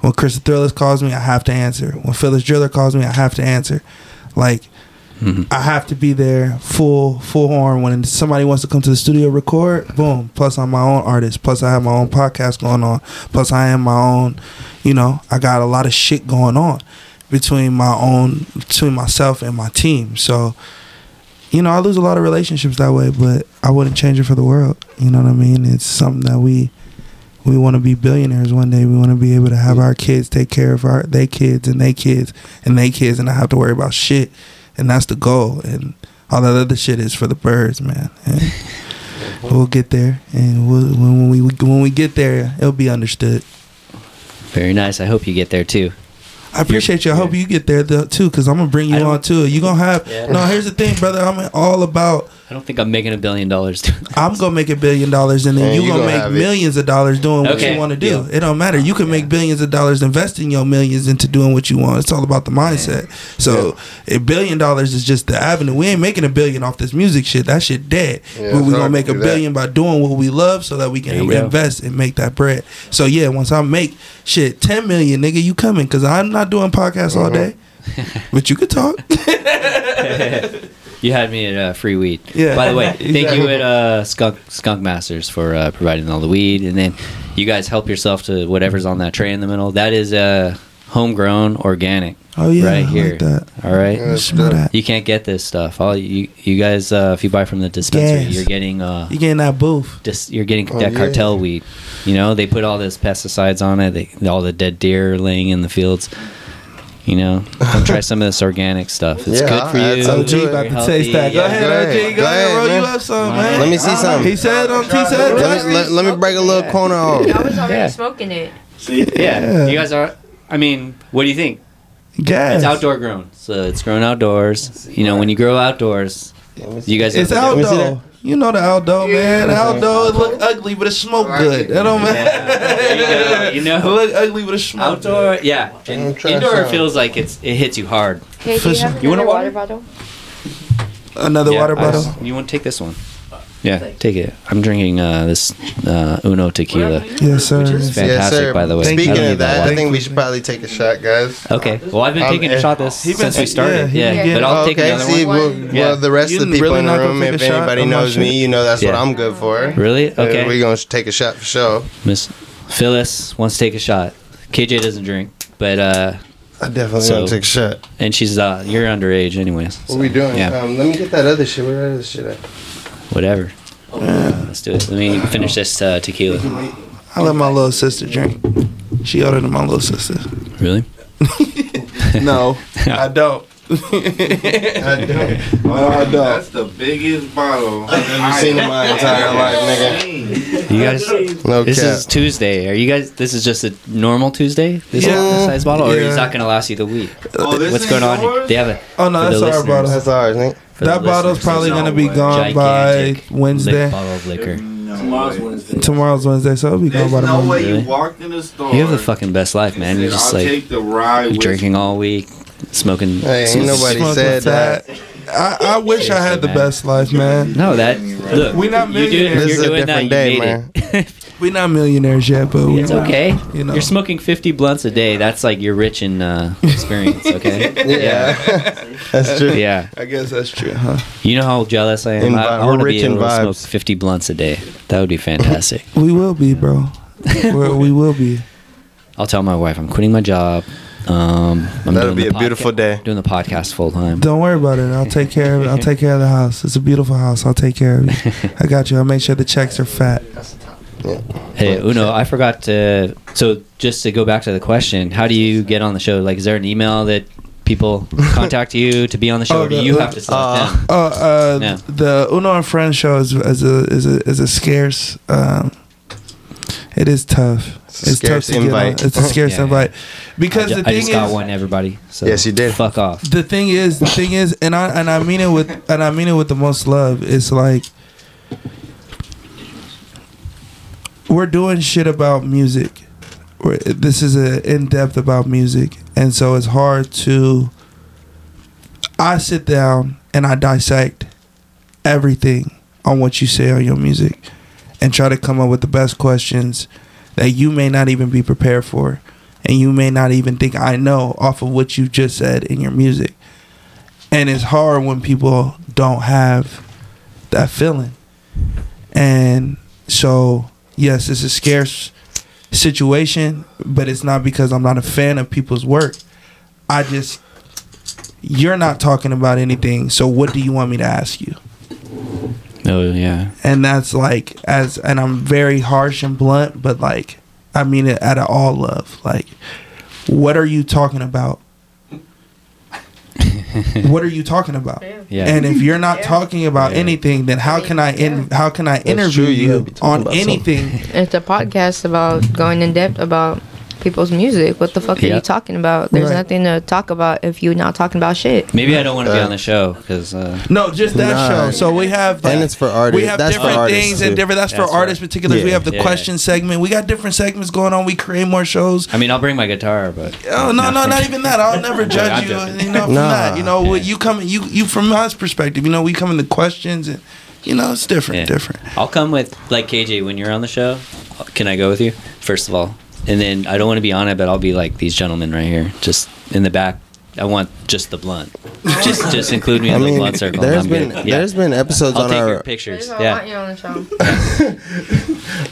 [SPEAKER 4] When Chris the Thrillist calls me, I have to answer. When Phyllis Driller calls me, I have to answer. Like I have to be there full full arm when somebody wants to come to the studio record. Boom. Plus I'm my own artist. Plus I have my own podcast going on. Plus I am my own. You know, I got a lot of shit going on between my own between myself and my team. So, you know, I lose a lot of relationships that way, but I wouldn't change it for the world. You know what I mean? It's something that we we want to be billionaires one day. We want to be able to have our kids take care of our they kids and they kids and they kids and not have to worry about shit. And that's the goal. And all that other shit is for the birds, man.
[SPEAKER 1] (laughs)
[SPEAKER 4] And we'll get there. And we'll, when we when we get there, it'll be understood.
[SPEAKER 1] Very nice. I hope you get there too.
[SPEAKER 4] I appreciate you. I hope you get there though, too, because I'm gonna bring
[SPEAKER 1] I
[SPEAKER 4] you
[SPEAKER 1] don't-
[SPEAKER 4] on too. You gonna have
[SPEAKER 1] Yeah.
[SPEAKER 4] no. Here's the thing, brother. I'm all about.
[SPEAKER 1] I don't think I'm making a billion dollars. doing that.
[SPEAKER 4] I'm gonna make a billion dollars, and then
[SPEAKER 3] And
[SPEAKER 4] you,
[SPEAKER 3] you
[SPEAKER 4] gonna,
[SPEAKER 3] gonna have
[SPEAKER 4] make
[SPEAKER 3] it.
[SPEAKER 4] millions of dollars doing what
[SPEAKER 1] Okay,
[SPEAKER 4] you want to do.
[SPEAKER 1] deal.
[SPEAKER 4] It don't matter. You can make billions of dollars investing your millions into doing what you want. It's all about the mindset. So a billion dollars is just the avenue. We ain't making a billion off this music shit. That shit dead.
[SPEAKER 3] Yeah,
[SPEAKER 4] but we
[SPEAKER 3] it's
[SPEAKER 4] gonna
[SPEAKER 3] hard
[SPEAKER 4] make
[SPEAKER 3] to
[SPEAKER 4] a
[SPEAKER 3] do that.
[SPEAKER 4] billion by doing what we love, so that we
[SPEAKER 1] There
[SPEAKER 4] can
[SPEAKER 1] you go.
[SPEAKER 4] reinvest and make that bread. So yeah, once I make shit ten million, nigga, you coming? Cause I'm not doing podcasts all
[SPEAKER 3] Mm-hmm.
[SPEAKER 4] day. But you
[SPEAKER 1] (laughs)
[SPEAKER 4] could talk.
[SPEAKER 1] You had me at uh, free weed.
[SPEAKER 4] Yeah.
[SPEAKER 1] By the
[SPEAKER 3] (laughs)
[SPEAKER 1] way, thank you at uh, Skunk Skunk Masters for uh, providing all the weed, and then you guys help yourself to whatever's on that tray in the middle. That is uh, homegrown, organic.
[SPEAKER 4] Oh, yeah, (laughs) I
[SPEAKER 1] right
[SPEAKER 4] like
[SPEAKER 1] here.
[SPEAKER 4] that.
[SPEAKER 1] All right.
[SPEAKER 3] Yeah, that's
[SPEAKER 4] Smell
[SPEAKER 3] dope.
[SPEAKER 4] that.
[SPEAKER 1] You can't get this stuff. All you you guys, uh, if you buy from the dispensary,
[SPEAKER 4] Gas.
[SPEAKER 1] you're getting uh,
[SPEAKER 4] You getting that booth?
[SPEAKER 1] dis- you're getting
[SPEAKER 3] Oh,
[SPEAKER 1] that
[SPEAKER 3] yeah.
[SPEAKER 1] cartel weed. You know, they put all this pesticides on it. They, all the dead deer laying in the fields. You know, come
[SPEAKER 3] (laughs)
[SPEAKER 1] try some of this organic stuff. It's
[SPEAKER 3] Yeah,
[SPEAKER 1] good for
[SPEAKER 3] I'll add
[SPEAKER 1] you.
[SPEAKER 3] some
[SPEAKER 4] OG
[SPEAKER 3] to it.
[SPEAKER 4] about to
[SPEAKER 1] You're
[SPEAKER 4] taste
[SPEAKER 1] healthy.
[SPEAKER 4] that. Go
[SPEAKER 1] Yeah.
[SPEAKER 4] ahead,
[SPEAKER 3] Go
[SPEAKER 4] OG.
[SPEAKER 3] ahead.
[SPEAKER 4] Go
[SPEAKER 3] Go
[SPEAKER 4] ahead,
[SPEAKER 3] ahead,
[SPEAKER 4] roll
[SPEAKER 3] man.
[SPEAKER 4] you up some,
[SPEAKER 1] Come on.
[SPEAKER 4] man.
[SPEAKER 3] Let me see some.
[SPEAKER 4] He said, um, he said,
[SPEAKER 3] Let me, let, let me break a little corner off.
[SPEAKER 5] I was already
[SPEAKER 1] Yeah.
[SPEAKER 5] smoking it.
[SPEAKER 1] Yeah. You guys are. I mean, what do you think? It's
[SPEAKER 4] gas.
[SPEAKER 1] outdoor grown, so it's grown outdoors. You know, when you grow outdoors, you guys.
[SPEAKER 4] It's
[SPEAKER 1] have to-
[SPEAKER 3] Let me see
[SPEAKER 4] outdoor. You know the Aldo, man. The Aldo it look ugly, but it smoke good. That don't
[SPEAKER 1] Yeah.
[SPEAKER 4] matter.
[SPEAKER 1] You know, you
[SPEAKER 4] It
[SPEAKER 1] know.
[SPEAKER 4] look ugly, but it smoke
[SPEAKER 1] Outdoor, yeah.
[SPEAKER 3] Don't
[SPEAKER 1] And
[SPEAKER 3] try
[SPEAKER 1] indoor
[SPEAKER 3] something.
[SPEAKER 1] feels like it's it hits you hard.
[SPEAKER 5] Hey, do you
[SPEAKER 4] Listen.
[SPEAKER 5] have
[SPEAKER 1] You want
[SPEAKER 5] another
[SPEAKER 1] a
[SPEAKER 5] water bottle?
[SPEAKER 4] good. Another
[SPEAKER 1] Yeah,
[SPEAKER 4] water
[SPEAKER 1] I
[SPEAKER 4] bottle.
[SPEAKER 1] s- you want to take this one? Yeah, take it. I'm drinking uh, this uh, Uno tequila.
[SPEAKER 4] Yes, sir.
[SPEAKER 1] is fantastic. by the way.
[SPEAKER 3] Speaking
[SPEAKER 1] I don't need
[SPEAKER 3] of
[SPEAKER 1] that
[SPEAKER 3] that, I
[SPEAKER 1] one.
[SPEAKER 3] think we should probably take a shot, guys.
[SPEAKER 1] Okay. Well, I've been
[SPEAKER 3] Um,
[SPEAKER 1] taking a
[SPEAKER 3] eh,
[SPEAKER 1] shot this
[SPEAKER 4] he been-
[SPEAKER 1] since
[SPEAKER 4] yeah,
[SPEAKER 1] we started.
[SPEAKER 4] he
[SPEAKER 1] Yeah,
[SPEAKER 5] been-
[SPEAKER 1] but I'll
[SPEAKER 3] Oh,
[SPEAKER 1] take
[SPEAKER 3] okay,
[SPEAKER 1] another
[SPEAKER 3] see,
[SPEAKER 1] one.
[SPEAKER 3] well,
[SPEAKER 5] Yeah.
[SPEAKER 3] well, the rest
[SPEAKER 4] You
[SPEAKER 3] of the people
[SPEAKER 4] really
[SPEAKER 3] in
[SPEAKER 4] not
[SPEAKER 3] the
[SPEAKER 4] gonna
[SPEAKER 3] room,
[SPEAKER 4] take a
[SPEAKER 3] if
[SPEAKER 4] shot
[SPEAKER 3] anybody
[SPEAKER 4] of my
[SPEAKER 3] knows
[SPEAKER 4] shit?
[SPEAKER 3] me, you know that's what
[SPEAKER 1] Yeah.
[SPEAKER 3] I'm good for.
[SPEAKER 1] Really? Okay.
[SPEAKER 3] We're going to take a shot for sure.
[SPEAKER 1] Miss Phyllis wants to take a shot. KJ doesn't drink, but uh,
[SPEAKER 3] I definitely
[SPEAKER 1] So-
[SPEAKER 3] want to take a shot.
[SPEAKER 1] and she's uh, you're underage anyways.
[SPEAKER 3] What we doing?
[SPEAKER 1] Yeah.
[SPEAKER 3] Um, let me get that other shit. Where that other shit at? (laughs)
[SPEAKER 1] Whatever. Uh, Let's do it. Let me finish this uh, tequila.
[SPEAKER 4] I let my little sister drink. She older than my little sister.
[SPEAKER 1] Really?
[SPEAKER 4] No,
[SPEAKER 1] (laughs)
[SPEAKER 4] I don't.
[SPEAKER 3] I don't.
[SPEAKER 6] That's the biggest
[SPEAKER 1] (laughs)
[SPEAKER 6] bottle
[SPEAKER 3] I've seen in my (laughs) entire life, nigga.
[SPEAKER 1] You guys,
[SPEAKER 3] No
[SPEAKER 1] this
[SPEAKER 3] cap.
[SPEAKER 1] is Tuesday. Are you guys? This is just a normal Tuesday. This,
[SPEAKER 4] Yeah.
[SPEAKER 1] this size bottle, or
[SPEAKER 4] Yeah.
[SPEAKER 1] he's not gonna last you the week.
[SPEAKER 6] Oh, this
[SPEAKER 1] What's
[SPEAKER 6] ain't
[SPEAKER 1] going on? here?
[SPEAKER 6] yours?
[SPEAKER 1] They have a
[SPEAKER 4] Oh
[SPEAKER 1] For
[SPEAKER 4] no,
[SPEAKER 1] the
[SPEAKER 4] that's our
[SPEAKER 1] listeners.
[SPEAKER 4] bottle.
[SPEAKER 3] That's ours, nigga.
[SPEAKER 1] for
[SPEAKER 4] That
[SPEAKER 1] the
[SPEAKER 4] bottle's
[SPEAKER 1] listeners,
[SPEAKER 4] probably
[SPEAKER 1] it's
[SPEAKER 4] gonna
[SPEAKER 1] a
[SPEAKER 4] be gone by
[SPEAKER 1] gigantic lick-
[SPEAKER 4] Wednesday.
[SPEAKER 1] Bottle of liquor.
[SPEAKER 6] Tomorrow's Wednesday.
[SPEAKER 4] Tomorrow's Wednesday, so it'll be gone
[SPEAKER 6] There's
[SPEAKER 4] by the
[SPEAKER 6] no way
[SPEAKER 4] Monday.
[SPEAKER 1] Really?
[SPEAKER 6] you walked in the store.
[SPEAKER 1] You have the fucking best life, man. You're just
[SPEAKER 6] I'll
[SPEAKER 1] like
[SPEAKER 6] take the ride with
[SPEAKER 1] drinking all week, smoking.
[SPEAKER 3] Hey, ain't
[SPEAKER 1] smoking-
[SPEAKER 3] nobody
[SPEAKER 4] Smoke
[SPEAKER 3] said
[SPEAKER 4] that. I, I wish I had the
[SPEAKER 1] man.
[SPEAKER 4] best life, man.
[SPEAKER 1] No, that look.
[SPEAKER 4] We not
[SPEAKER 1] you're doing,
[SPEAKER 4] millionaires.
[SPEAKER 1] you're
[SPEAKER 3] This is a
[SPEAKER 1] doing that.
[SPEAKER 3] different
[SPEAKER 1] You
[SPEAKER 3] day,
[SPEAKER 1] made
[SPEAKER 3] man.
[SPEAKER 1] (laughs) it.
[SPEAKER 4] We're not millionaires yet, but we
[SPEAKER 1] it's okay.
[SPEAKER 4] You know.
[SPEAKER 1] You're smoking 50 blunts a day. That's like you're rich in uh, experience. Okay.
[SPEAKER 4] (laughs)
[SPEAKER 3] Yeah. (laughs) that's true.
[SPEAKER 1] yeah.
[SPEAKER 4] I guess that's true, huh?
[SPEAKER 1] You know how jealous I am.
[SPEAKER 3] In
[SPEAKER 1] I,
[SPEAKER 3] vi-
[SPEAKER 1] I want to
[SPEAKER 3] we're
[SPEAKER 1] be
[SPEAKER 3] rich in
[SPEAKER 1] able to smoke
[SPEAKER 3] vibes.
[SPEAKER 1] 50 blunts a day. That would be
[SPEAKER 4] (laughs)
[SPEAKER 1] fantastic.
[SPEAKER 4] We will be,
[SPEAKER 1] (laughs)
[SPEAKER 4] bro. We're, we will be.
[SPEAKER 1] I'll tell my wife I'm quitting my job. Um, I'm
[SPEAKER 3] That'll
[SPEAKER 1] doing
[SPEAKER 3] be
[SPEAKER 1] the
[SPEAKER 3] a beautiful
[SPEAKER 1] podca-
[SPEAKER 3] day.
[SPEAKER 1] Doing the podcast full time.
[SPEAKER 4] Don't worry about it. I'll take care of it. I'll take care of the house. It's a beautiful house. I'll take care of it. I got you. I'll make sure the checks are fat.
[SPEAKER 1] Hey Uno, I forgot to. So just to go back to the question, how do you get on the show? Like, is there an email that
[SPEAKER 4] (laughs)
[SPEAKER 1] people contact you to be on the show,
[SPEAKER 4] Oh,
[SPEAKER 1] or do
[SPEAKER 4] the-
[SPEAKER 1] you have to select
[SPEAKER 3] uh,
[SPEAKER 1] them?
[SPEAKER 4] Oh, uh,
[SPEAKER 1] Yeah.
[SPEAKER 4] the Uno and Friends show is, is a is a is a scarce. Um, it is tough.
[SPEAKER 3] It's a scarce
[SPEAKER 4] tough to get on.
[SPEAKER 3] invite. (laughs)
[SPEAKER 4] It's a scarce
[SPEAKER 1] Yeah.
[SPEAKER 4] invite because
[SPEAKER 1] I, ju-
[SPEAKER 4] the
[SPEAKER 1] I
[SPEAKER 4] thing
[SPEAKER 1] just
[SPEAKER 4] is,
[SPEAKER 1] got one, everybody. So
[SPEAKER 3] Yes, you did.
[SPEAKER 1] Fuck off.
[SPEAKER 4] the thing is, the thing is, and I and I mean it with and I mean it with the most love. It's like we're doing shit about music. We're, this is a in depth about music, and so it's hard to. I sit down and I dissect everything on what you say on your music, and try to come up with the best questions that you may not even be prepared for and you may not even think I know off of what you just said in your music. And it's hard when people don't have that feeling. And so, yes, it's a scarce situation, but it's not because I'm not a fan of people's work. I just, you're not talking about anything. So, what do you want me to ask you?
[SPEAKER 1] Oh yeah.
[SPEAKER 4] and that's like as and I'm very harsh and blunt, but like I mean it out of all love. Like, what are you talking about? what are you talking about?
[SPEAKER 1] Yeah.
[SPEAKER 4] And if you're not talking about
[SPEAKER 1] Yeah.
[SPEAKER 4] anything, then how can I in, how can I interview
[SPEAKER 3] true, you
[SPEAKER 4] you,
[SPEAKER 3] gotta be talking
[SPEAKER 4] on
[SPEAKER 3] about something.
[SPEAKER 4] anything?
[SPEAKER 5] It's a podcast about going in depth about people's music. What the fuck are
[SPEAKER 1] Yeah.
[SPEAKER 5] you talking about? There's
[SPEAKER 4] Right.
[SPEAKER 5] nothing to talk about if you're not talking about shit.
[SPEAKER 1] Maybe I don't want to be on the show because uh,
[SPEAKER 4] No, just that
[SPEAKER 3] Nah.
[SPEAKER 4] show. So we have
[SPEAKER 3] And it's for
[SPEAKER 4] We
[SPEAKER 3] artists.
[SPEAKER 4] have
[SPEAKER 3] That's for
[SPEAKER 4] different
[SPEAKER 3] artists,
[SPEAKER 4] things and
[SPEAKER 3] too.
[SPEAKER 4] different. That's,
[SPEAKER 1] That's
[SPEAKER 4] for
[SPEAKER 1] right.
[SPEAKER 4] artists particulars. We
[SPEAKER 3] Yeah.
[SPEAKER 4] have the
[SPEAKER 1] Yeah.
[SPEAKER 4] question segment. We got different segments going on. We create more shows.
[SPEAKER 1] I mean I'll bring my guitar, but
[SPEAKER 4] Oh no, no, not even that. I'll never judge
[SPEAKER 1] I'm
[SPEAKER 4] you.
[SPEAKER 1] joking.
[SPEAKER 4] You know, from
[SPEAKER 3] Nah.
[SPEAKER 4] that. You know, what
[SPEAKER 1] Yeah.
[SPEAKER 4] you come you you from my perspective. You know, we come in the questions and you know it's different,
[SPEAKER 1] Yeah.
[SPEAKER 4] different.
[SPEAKER 1] I'll come with like KJ when you're on the show. Can I go with you? First of all, and then I don't want to be on it, but I'll be like these gentlemen right here, just in the back. I want just the blunt. Just just include
[SPEAKER 4] (laughs)
[SPEAKER 1] me in
[SPEAKER 3] I
[SPEAKER 1] the
[SPEAKER 3] mean,
[SPEAKER 1] blunt circle. and
[SPEAKER 3] there's
[SPEAKER 1] I'm
[SPEAKER 3] been
[SPEAKER 1] good.
[SPEAKER 3] there's been episodes
[SPEAKER 1] I'll
[SPEAKER 3] on
[SPEAKER 1] take
[SPEAKER 3] our
[SPEAKER 1] your pictures. Yeah.
[SPEAKER 5] on the show.